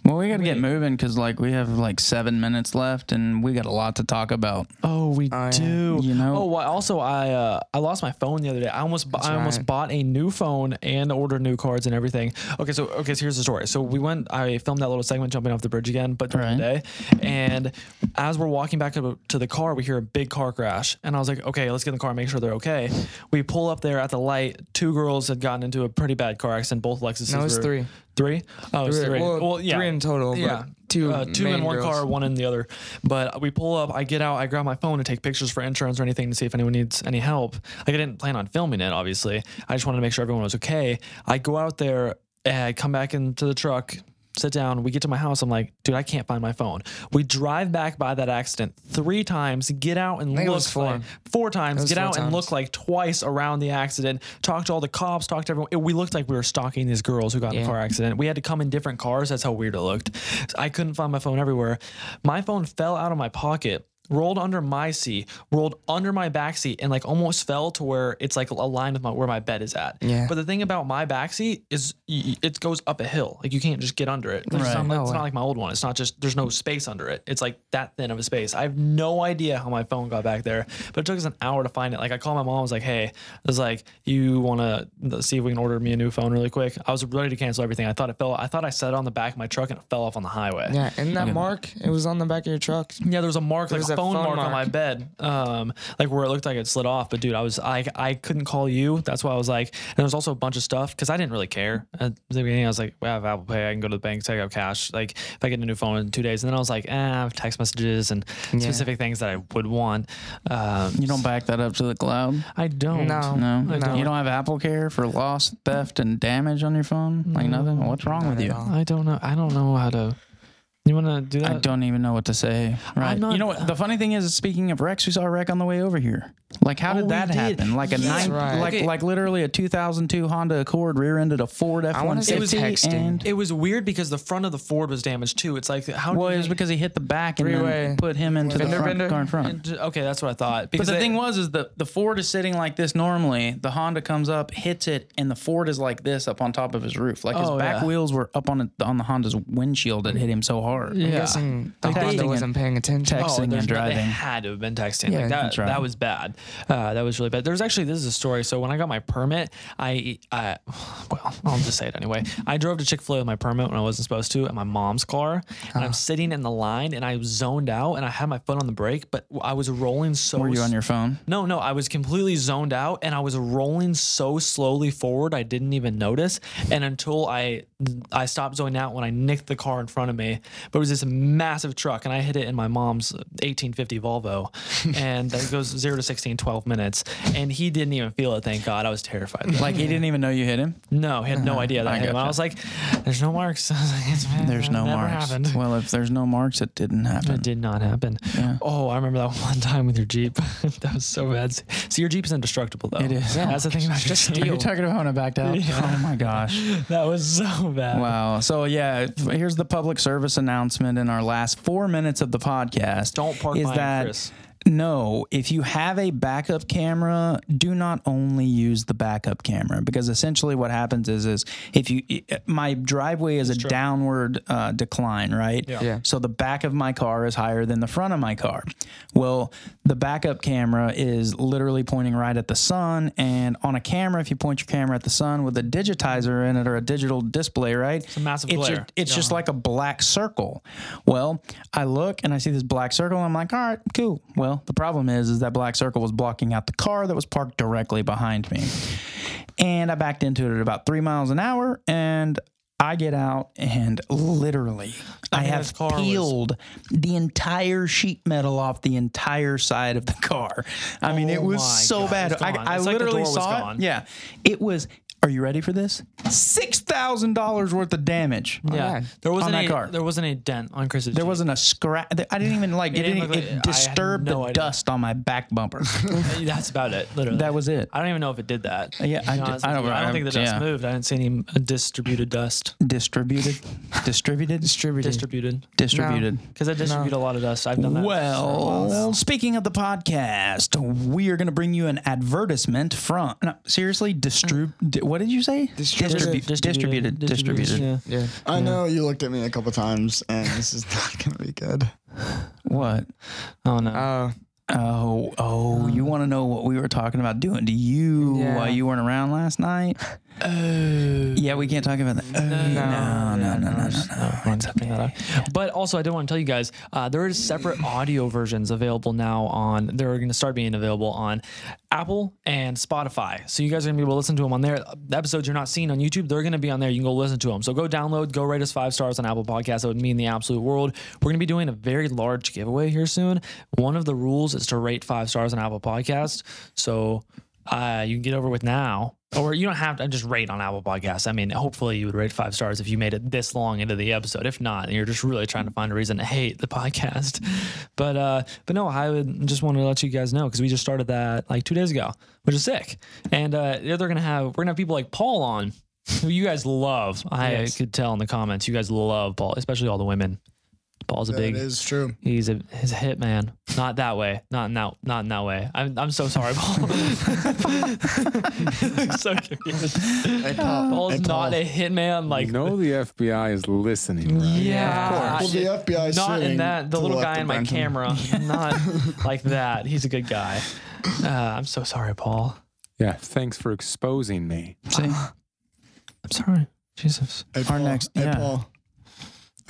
S2: Well, we gotta get moving because like we have like seven minutes left, and we got a lot to talk about.
S3: Oh, we
S5: Oh, yeah.
S3: do.
S2: You know-
S3: Oh, well, also I uh, I lost my phone the other day. I almost bu- I almost
S5: right.
S3: bought a new phone and ordered new cards and everything. Okay, so okay, so here's the story. So we went. I filmed that little segment jumping off the bridge again, but during the day. And as we're walking back up to the car, we hear a big car crash, and I was like, okay, let's get in the car, make sure they're okay. We pull up there at the light. Two girls had gotten into a pretty bad car accident. Both Lexuses.
S5: No, it was
S3: were-
S5: three.
S3: Three? Oh, it was three.
S5: Well,
S3: yeah.
S5: three in total, but
S3: Yeah.
S5: two
S3: Uh, two
S5: main
S3: in one
S5: girls.
S3: car, one in the other. But we pull up, I get out, I grab my phone to take pictures for insurance or anything to see if anyone needs any help. Like I didn't plan on filming it, obviously. I just wanted to make sure everyone was okay. I go out there and I come back into the truck, sit down. We get to my house. I'm like, dude, I can't find my phone. We drive back by that accident three times, get out and
S5: think it
S3: look
S5: was four.
S3: like- four times,
S5: was
S3: get
S5: four
S3: out and
S5: times.
S3: look like twice around the accident. Talked to all the cops, talked to everyone. It- we looked like we were stalking these girls who got in the
S5: Yeah.
S3: car accident. We had to come in different cars. That's how weird it looked. I couldn't find my phone everywhere. My phone fell out of my pocket. rolled under my seat, rolled under my back seat, and like almost fell to where it's like aligned with my where my bed is at.
S5: Yeah.
S3: But the thing about my back seat is y- y- it goes up a hill. Like you can't just get under it. There's
S2: Right.
S3: some-
S5: No
S3: it's
S5: way.
S3: not like my old one. It's not just there's no space under it. It's like that thin of a space. I have no idea how my phone got back there, but it took us an hour to find it. Like I called my mom. I was like, "Hey, I was like, you want to see if we can order me a new phone really quick?" I was ready to cancel everything. I thought it fell. I thought I set it on the back of my truck and it fell off on the highway.
S5: Yeah, and that mark, it was on the back of your truck.
S3: Yeah, there was a mark, like
S5: was
S3: a
S5: a
S3: phone,
S5: phone
S3: mark, on
S5: mark.
S3: my bed, um, like where it looked like it slid off. But dude, I was, I, I couldn't call you. That's why I was like, and there was also a bunch of stuff because I didn't really care at the beginning. I was like, well, I have Apple Pay. I can go to the bank, take out cash. Like if I get a new phone in two days, and then I was like, eh, I have text messages and specific things that I would want. Um,
S2: You don't back that up to the cloud.
S3: I don't.
S5: No.
S2: No,
S5: I don't.
S2: you don't have Apple Care for loss, theft, and damage on your phone. Like nothing. What's wrong with
S5: at
S2: you?
S5: all.
S3: I don't know. I don't know how to. You want to do that?
S2: I don't even know what to say. Right?
S3: Uh, not-
S2: you know what? The funny thing is, speaking of wrecks, we saw a wreck on the way over here. Like, how did
S3: we
S2: that
S3: did.
S2: happen? Like a
S3: Yes.
S2: nine,
S5: Right.
S2: like
S3: Okay.
S2: like literally a 2002 Honda Accord rear-ended a Ford F150.
S5: wanna say texting.
S2: And,
S3: It was weird because the front of the Ford was damaged too. It's like how
S2: well,
S3: do
S2: it
S3: you
S2: was
S3: make-
S2: because he hit the back and
S5: Three-way.
S2: then put him into the
S5: Fender
S2: front
S5: bender?
S2: car in front.
S3: And, okay, that's what I thought. Because
S2: But the
S3: they-
S2: thing was, is the the Ford is sitting like this normally. The Honda comes up, hits it, and the Ford is like this up on top of his roof. Like his
S3: Oh,
S2: back
S3: yeah.
S2: wheels were up on it on the Honda's windshield and hit him so hard.
S5: I'm guessing the
S2: Like, they-
S5: Honda wasn't paying attention. Oh,
S2: Text. texting
S3: Oh, there's
S2: and
S3: no- They
S2: driving.
S3: had to have been texting.
S5: Yeah,
S3: like that,
S2: that's right.
S3: that was bad. Uh, that was really bad. There's actually this is a story. So when I got my permit, I uh, well, I'll just say it anyway. I drove to Chick Fil A with my permit when I wasn't supposed to in my mom's car, and
S2: Uh-huh.
S3: I'm sitting in the line, and I zoned out, and I had my foot on the brake, but I was rolling so.
S2: Were you on your phone?
S3: No, no, I was completely zoned out and I was rolling so slowly forward I didn't even notice. And until I I stopped zoning out when I nicked the car in front of me, but it was this massive truck and I hit it in my mom's 1850 Volvo and that goes 0 to 16 in 12 minutes and he didn't even feel it, thank God. I was terrified. though.
S2: Like he didn't even know you hit him.
S3: no, he had no idea that I, hit him. I
S2: gotcha.
S3: was like there's no marks. I was like, it's,
S2: There's no
S3: never
S2: marks.
S3: Happened.
S2: Well, if there's no marks, it didn't happen.
S3: It did not happen.
S2: Yeah.
S3: Oh, I remember that one time with your Jeep. that was so bad. So your Jeep is indestructible though.
S2: It is.
S3: That's the thing about your
S2: Are you
S3: Jeep.
S2: talking about when I backed out? Oh my gosh.
S3: That was so bad.
S2: Wow. So yeah, here's the public service announcement in our last four minutes of the podcast.
S3: Don't park
S2: is
S3: mine,
S2: that
S3: Chris.
S2: no? If you have a backup camera, do not only use the backup camera because essentially what happens is is if you uh, my driveway is a downward uh, decline, right?
S5: Yeah.
S2: So the back of my car is higher than the front of my car. Well, the backup camera is literally pointing right at the sun. And on a camera, if you point your camera at the sun with a digitizer in it or a digital display, right? It's
S3: a massive
S2: ju-
S3: glare.
S2: it's just like a black circle. Well, I look and I see this black circle. And I'm like, all right, cool. Well, the problem is, is that black circle was blocking out the car that was parked directly behind me. And I backed into it at about three miles an hour and I get out and literally I,
S3: mean, this
S2: have
S3: car was-
S2: peeled the entire sheet metal off the entire side of the car. I mean, it
S3: Oh
S2: was
S3: my
S2: so
S3: God,
S2: bad.
S3: it's
S2: I,
S3: gone.
S2: I
S3: It's like the
S2: literally
S3: door was
S2: saw
S3: gone.
S2: it. Yeah. It was, are you ready for this? $6,000 worth of damage.
S3: Yeah.
S5: man.
S3: There wasn't
S2: On
S3: a
S2: that car.
S3: there wasn't a dent on Chris's.
S2: There
S3: Jeep.
S2: wasn't a scratch. I didn't even like it.
S3: didn't
S2: Didn't,
S3: look like- I had
S2: it disturbed
S3: no
S2: the
S3: idea.
S2: dust on my back bumper.
S3: That's about it. Literally.
S2: that was it. Uh,
S3: I don't even know if it did that.
S2: Yeah,
S3: To be
S2: I d-
S3: honest
S2: I
S3: with
S2: don't-
S3: you. I don't think the dust
S2: yeah.
S3: moved. I didn't see any uh, distributed dust.
S2: Distributed, distributed,
S5: Distributed.
S3: Distributed.
S2: distributed.
S3: Because I distribute a lot of dust. I've done that.
S2: Well, speaking of the podcast, we are going to bring you an advertisement from. No, seriously, distrib. di- What did you say?
S5: Distributed.
S2: Distribu- distributed. Distributed.
S3: Yeah.
S5: yeah.
S1: I know you looked at me a couple times, and this is not gonna be good.
S2: What?
S3: Oh no.
S5: Oh,
S2: Oh,
S3: Um,
S2: oh! you want to know what we were talking about doing to you
S5: Yeah.
S2: while you weren't around last night?
S3: Oh.
S2: yeah, we can't talk about that. Oh, no, no, no, no, no, no.
S3: Mine's happening that way. But also, I did want to tell you guys uh, there is separate audio versions available now on. They're going to start being available on Apple and Spotify. So you guys are going to be able to listen to them on there. The episodes you're not seeing on YouTube, they're going to be on there. You can go listen to them. So go download, go rate us five stars on Apple Podcasts. That would mean the absolute world. We're going to be doing a very large giveaway here soon. One of the rules is to rate five stars on Apple Podcasts. So uh, you can get over with now. Or you don't have to just rate on Apple Podcasts. I mean, hopefully you would rate five stars if you made it this long into the episode. If not, and you're just really trying to find a reason to hate the podcast. But uh, but no, I would just want to let you guys know because we just started that like two days ago, which is sick. And uh, they're gonna have we're gonna have people like Paul on, who you guys love. I could tell in the comments you guys love Paul, especially all the women. Paul's a
S1: That
S3: big.
S1: is true.
S3: He's a he's a hit man. Not that way. Not in that. Not in that way. I'm I'm so sorry, Paul. so confused.
S1: Hey, Paul.
S3: Paul's
S1: Hey, Paul.
S3: not a hit man. Like
S4: know the FBI is listening. Right?
S3: yeah.
S1: Well, the FBI is
S3: not in
S1: sitting
S3: that. The
S1: to
S3: little
S1: left
S3: guy
S1: of
S3: in my
S1: Benton.
S3: camera. Not like that. He's a good guy. Uh, I'm so sorry, Paul.
S4: Yeah. Thanks for exposing me.
S2: See,
S3: I'm sorry, Jesus.
S1: Hey,
S2: Our
S1: Paul.
S2: next-
S1: Hey,
S2: yeah.
S1: Paul.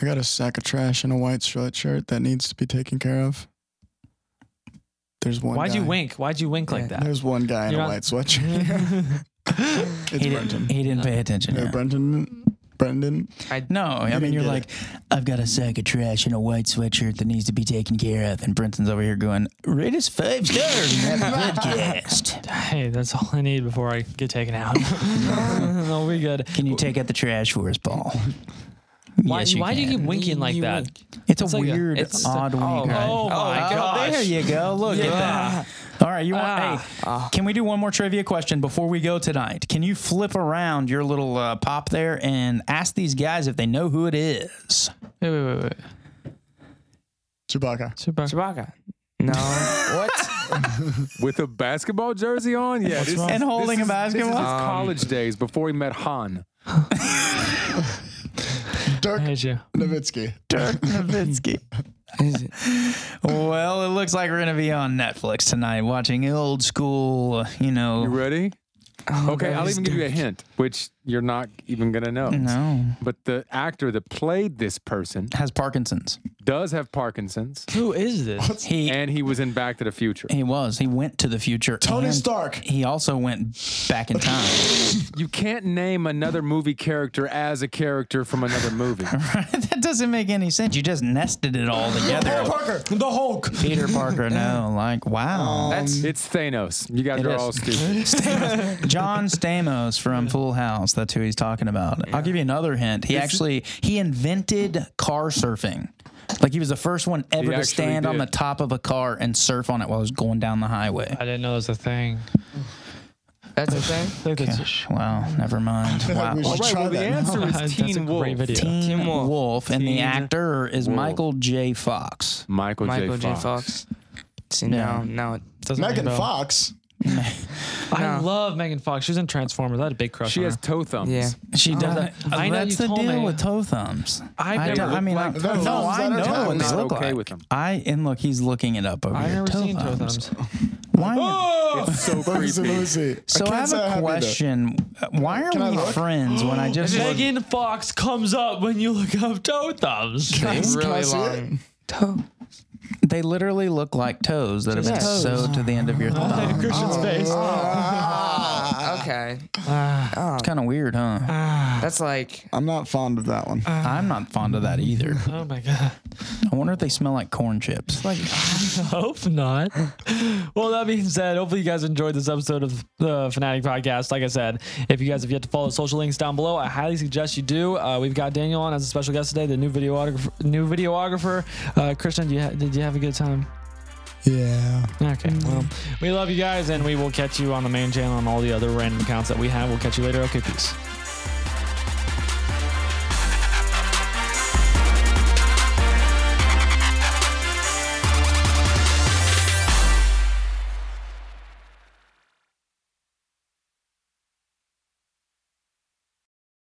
S1: I got a sack of trash and a white striped shirt that needs to be taken care of. There's one.
S3: Why'd you
S1: guy-
S3: wink? Why'd you wink like
S5: Yeah.
S3: that?
S1: There's one guy in
S3: You're
S1: a
S3: on-
S1: white sweatshirt. it's
S2: he didn't,
S1: Brenton.
S2: he didn't pay attention.
S1: Yeah,
S2: yeah.
S1: Brendan. Brendan.
S2: No, I
S1: You
S2: mean
S1: didn't
S2: you're
S1: get
S2: like, I've got a sack of trash and a white sweatshirt that needs to be taken care of, and Brenton's over here going, rate us five stars and have a podcast.
S3: Hey, that's all I need before I get taken out. I'll be good.
S2: Can you take out the trash for us, Paul?
S3: Why,
S2: Yes, you
S3: why do you
S2: can.
S3: keep winking like that? It's
S2: It's, a
S3: like a-
S2: weird,
S3: it's-
S2: odd
S5: oh,
S2: wink. right?
S3: Oh my
S5: Oh,
S3: gosh!
S2: there you go. Look at that. All right, you want?
S3: Ah.
S2: hey, can we do one more trivia question before we go tonight? Can you flip around your little uh, pop there and ask these guys if they know who it is?
S3: Wait, wait, wait, wait.
S1: Chewbacca.
S3: Super.
S5: Chewbacca. No. what?
S4: With a basketball jersey on? Yeah. This,
S2: And holding a
S4: this is-
S2: basketball?
S4: This is his college days before he met Han.
S3: I
S1: Dirk
S3: hate you.
S1: Nowitzki.
S2: Dirk Nowitzki.
S5: Is it-
S2: Well, it looks like we're gonna be on Netflix tonight, watching old school. You
S4: You
S2: know,
S4: ready?
S5: Oh,
S4: Okay,
S5: that
S4: I'll
S5: is
S4: even give you a
S5: Dirk.
S4: hint, which you're not even gonna know.
S2: no,
S4: But the actor that played this person
S2: has Parkinson's.
S4: does have Parkinson's,
S3: Who is this?
S2: He
S4: and he was in Back to the Future.
S2: he was. He went to the future.
S1: Tony
S2: and
S1: Stark.
S2: He also went back in time.
S4: You can't name another movie character as a character from another movie.
S2: that doesn't make any sense. You just nested it all together.
S1: Parker. The Hulk.
S2: Peter Parker. No, like wow.
S4: Oh.
S5: That's
S4: It's Thanos. You guys
S2: It
S4: are
S2: is.
S4: all stupid.
S2: John Stamos from Full House. That's who he's talking about. I'll give you another hint. He actually he invented car surfing. Like he was the first one ever to
S4: actually
S2: stand on
S4: did.
S2: the top of a car and surf on it while it was going down the highway.
S3: I didn't know it was a thing.
S5: that's a thing.
S2: Gosh, wow, never mind. Wow.
S1: we
S4: all
S1: should
S4: right,
S1: try
S4: well, the
S1: that.
S4: answer is
S3: That's a
S4: Teen Wolf.
S3: great video.
S2: Teen,
S5: Teen
S2: Wolf,
S5: Wolf.
S2: and the
S4: Teen
S2: actor is
S4: Wolf.
S2: Michael J. Fox.
S4: Michael,
S5: Michael
S4: J.
S5: J.
S4: Fox.
S5: Fox. See, no, no. It doesn't
S1: Megan
S5: ring a bell.
S1: Fox.
S3: I
S5: No.
S3: love Megan Fox. She was in Transformers. I had a big crush
S4: She
S3: on
S4: has
S3: her.
S4: toe thumbs.
S5: Yeah.
S2: She does.
S3: that- I know
S2: that's
S3: you
S2: the
S3: told
S2: deal
S3: me.
S2: with toe thumbs.
S3: I've
S2: I,
S3: never
S2: don't- I
S3: looked
S2: mean,
S3: like
S2: I,
S1: toe
S2: no,
S1: thumbs.
S2: I
S1: That
S2: know
S1: are
S2: what they
S4: not
S2: look
S4: okay
S2: like.
S4: with them.
S2: I and look, he's looking it up over
S3: I've
S2: here.
S3: never
S2: toe
S3: seen
S2: thumbs.
S3: toe thumbs.
S2: Why?
S4: It's so
S1: Let me see, let me
S4: creepy.
S1: see.
S2: So
S1: can't
S2: I, have
S1: say
S2: a
S1: haven't either.
S2: question. Why
S1: Can I
S2: are we
S1: look?
S2: friends when I just looked-
S3: Megan Fox comes up when you look up toe thumbs.
S5: It's
S1: Can I
S5: really
S1: see it?
S5: long. Toe.
S2: they literally look like toes that have been
S3: Toes. Oh.
S2: sewed to the end of your thumb?
S3: Christian's face. Oh
S5: Okay.
S2: It's kind of weird, huh?
S3: Uh.
S5: That's like
S1: I'm not fond of that one.
S2: I'm not fond of that either.
S3: Oh my god.
S2: I wonder if they smell like corn chips. Like
S3: Hope not. Well, that being said, hopefully you guys enjoyed this episode of the Fanatic Podcast. Like I said, if you guys have yet to follow the social links down below, I highly suggest you do. Uh, we've got Daniel on as a special guest today, the new videographer. New videographer, uh, Christian. Do you ha- did you have a good time?
S1: Yeah.
S3: Okay. Well, we love you guys, and we will catch you on the main channel and all the other random accounts that we have. We'll catch you later. Okay, peace.